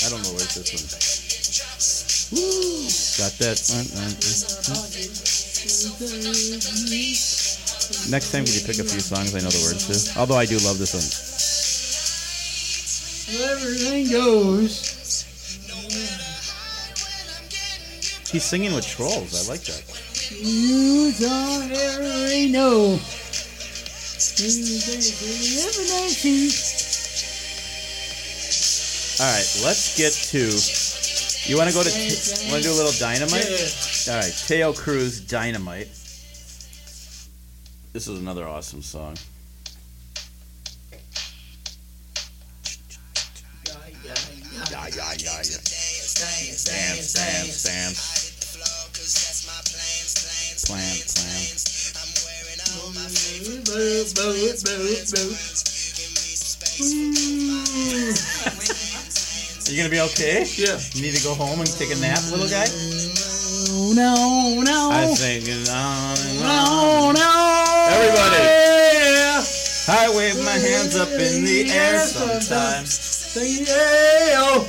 [SPEAKER 2] I don't know where this one. Woo. Got that. mm, mm, mm, mm. Next time, could you pick a few songs I know the words to? Although I do love this one.
[SPEAKER 1] Everything goes.
[SPEAKER 2] He's singing with trolls. I like that.
[SPEAKER 1] You don't ever really know. You think you never know, see.
[SPEAKER 2] All right, let's get to. You want to go to? Want to do a little dynamite? All right, Teo Cruz, Dynamite. This is another awesome song. Yeah, yeah, yeah, yeah. Dance, dance, dance. Plan, plan. You gonna be okay?
[SPEAKER 1] Yeah.
[SPEAKER 2] You need to go home and take a nap, little guy?
[SPEAKER 1] Oh,
[SPEAKER 3] No, no.
[SPEAKER 2] I'm thinking on and
[SPEAKER 3] No,
[SPEAKER 2] on.
[SPEAKER 3] no.
[SPEAKER 2] Everybody! I wave my hands up in the air sometimes.
[SPEAKER 1] Say, hey, oh.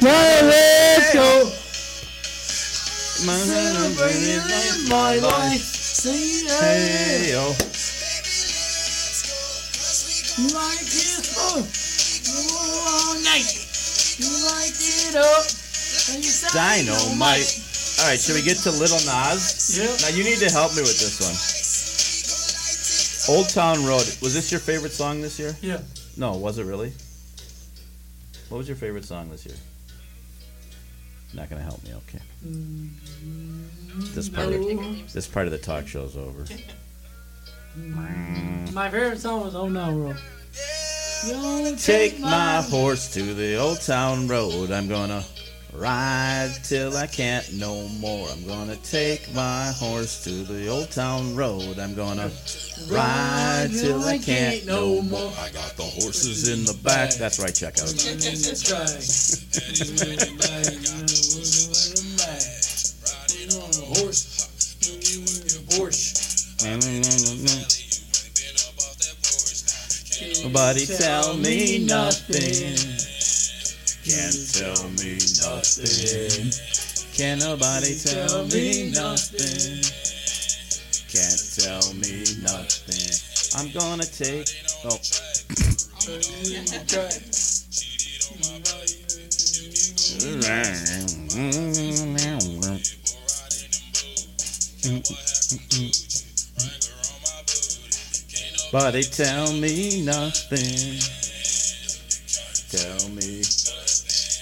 [SPEAKER 3] Now let's
[SPEAKER 2] go.
[SPEAKER 3] go.
[SPEAKER 2] My hand up in the air, my life.
[SPEAKER 3] Say
[SPEAKER 2] Hey, yo.
[SPEAKER 3] Like this for all night. You light it up. And you say
[SPEAKER 2] Dynamite. All right, should we get to Little Nas?
[SPEAKER 1] Yeah.
[SPEAKER 2] Now you need to help me with this one. Old Town Road. Was this your favorite song this year?
[SPEAKER 1] Yeah.
[SPEAKER 2] No, was it really? What was your favorite song this year? Not gonna help me. Okay. This part. Of, this part of the talk show's over.
[SPEAKER 1] My favorite song was Oh No World. You only
[SPEAKER 2] Take my horse to the old town road. I'm gonna Ride till I can't no more. I'm gonna take my horse to the old town road. I'm gonna ride till I can't no more. I got the horses in the back. That's right, check out.
[SPEAKER 3] Chicken in the track. Anywhere you buy, you got the woman with the bag. Riding on a horse, looking with your Porsche.
[SPEAKER 2] Nobody tell me nothing. Can't tell me nothing. Can't nobody tell me nothing. Can't tell me nothing. I'm gonna take. Oh. But they tell me nothing. Tell me.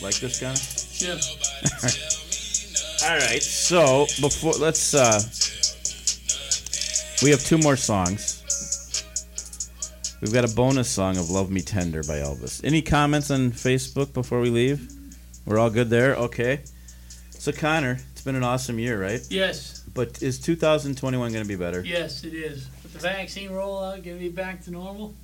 [SPEAKER 2] Like this guy?
[SPEAKER 3] Yeah.
[SPEAKER 2] [laughs] All right. So before let's uh we have two more songs. We've got a bonus song of "Love Me Tender" by Elvis. Any comments on Facebook before we leave? We're all good there. Okay. So Connor, it's been an awesome year, right?
[SPEAKER 3] Yes,
[SPEAKER 2] But is 2021 going to be better?
[SPEAKER 3] yes, it is. With the vaccine rollout, get me back to normal.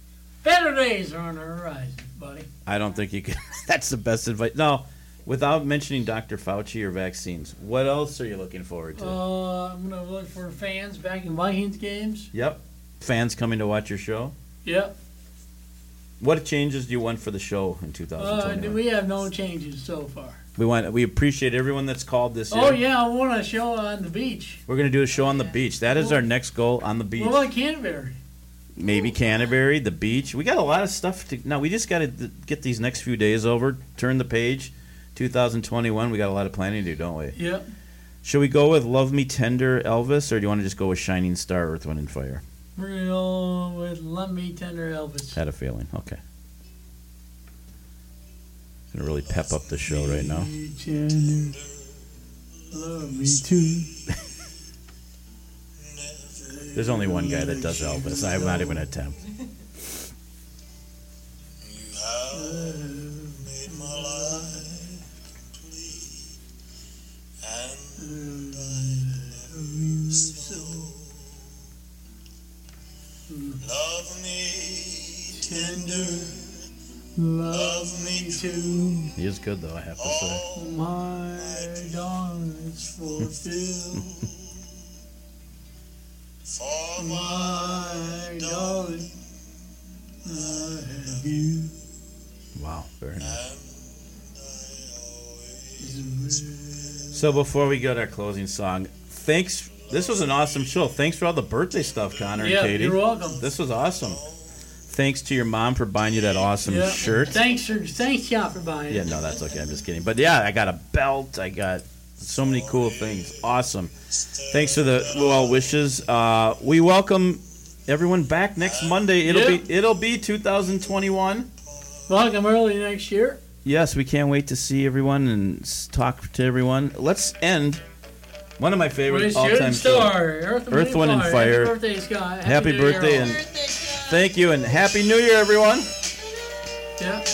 [SPEAKER 3] Better days are on the horizon, buddy.
[SPEAKER 2] I don't think you can. [laughs] That's the best advice. No, without mentioning Dr. Fauci or vaccines, what else are you looking forward to?
[SPEAKER 3] Uh, I'm gonna look for fans back in Vikings games.
[SPEAKER 2] yep. Fans coming to watch your show.
[SPEAKER 3] Yep.
[SPEAKER 2] What changes do you want for the show in
[SPEAKER 3] Uh,
[SPEAKER 2] 2021?
[SPEAKER 3] we have no changes so far.
[SPEAKER 2] we want. We appreciate everyone that's called this year.
[SPEAKER 3] Oh yeah, I want a show on the beach.
[SPEAKER 2] We're gonna do a show on the beach. That is our next goal on the beach.
[SPEAKER 3] Well, I Canterbury.
[SPEAKER 2] Maybe Canterbury, the beach. We got a lot of stuff to. Now we just got to get these next few days over. Turn the page. 2021. We got a lot of planning to do, don't we?
[SPEAKER 3] Yep.
[SPEAKER 2] Should we go with "Love Me Tender" Elvis, or do you want to just go with "Shining Star" Earth, Wind, and Fire?
[SPEAKER 3] We're gonna go with Let Me Tender Elvis.
[SPEAKER 2] Had a feeling. Okay. Gonna really pep up the show right now.
[SPEAKER 3] Me tender, love me too.
[SPEAKER 2] There's only one guy that does Elvis. I'm not even gonna attempt.
[SPEAKER 1] Love me tender, love me too.
[SPEAKER 2] He is good though. I have to say.
[SPEAKER 3] My dawn is fulfilled.
[SPEAKER 1] For
[SPEAKER 3] My darling, I have you.
[SPEAKER 2] Wow. Very nice.
[SPEAKER 3] It's
[SPEAKER 2] So before we go to our closing song, thanks. This was an awesome show. Thanks for all the birthday stuff, Connor
[SPEAKER 3] a- Yeah,
[SPEAKER 2] and Katie.
[SPEAKER 3] you're welcome.
[SPEAKER 2] This was awesome. Thanks to your mom for buying you that awesome
[SPEAKER 3] Yeah.
[SPEAKER 2] shirt.
[SPEAKER 3] Thanks for thanks y'all for buying.
[SPEAKER 2] Yeah,
[SPEAKER 3] it.
[SPEAKER 2] no, that's okay. I'm just kidding. But yeah, I got a belt. I got so many cool things. Awesome. Thanks for the well wishes. Uh, we welcome everyone back next Monday. It'll
[SPEAKER 3] Yeah.
[SPEAKER 2] be it'll be 2021.
[SPEAKER 3] Welcome early next year.
[SPEAKER 2] Yes, we can't wait to see everyone and s- talk to everyone. Let's end one of my favorite
[SPEAKER 3] With
[SPEAKER 2] all
[SPEAKER 3] shooting
[SPEAKER 2] time shows.
[SPEAKER 3] star, Earth,
[SPEAKER 2] Earth, Wind, and Fire.
[SPEAKER 3] Happy birthday, Scott.
[SPEAKER 2] Happy
[SPEAKER 3] New Year,
[SPEAKER 2] birthday
[SPEAKER 3] all.
[SPEAKER 2] and thank you and happy new year everyone.
[SPEAKER 3] yeah.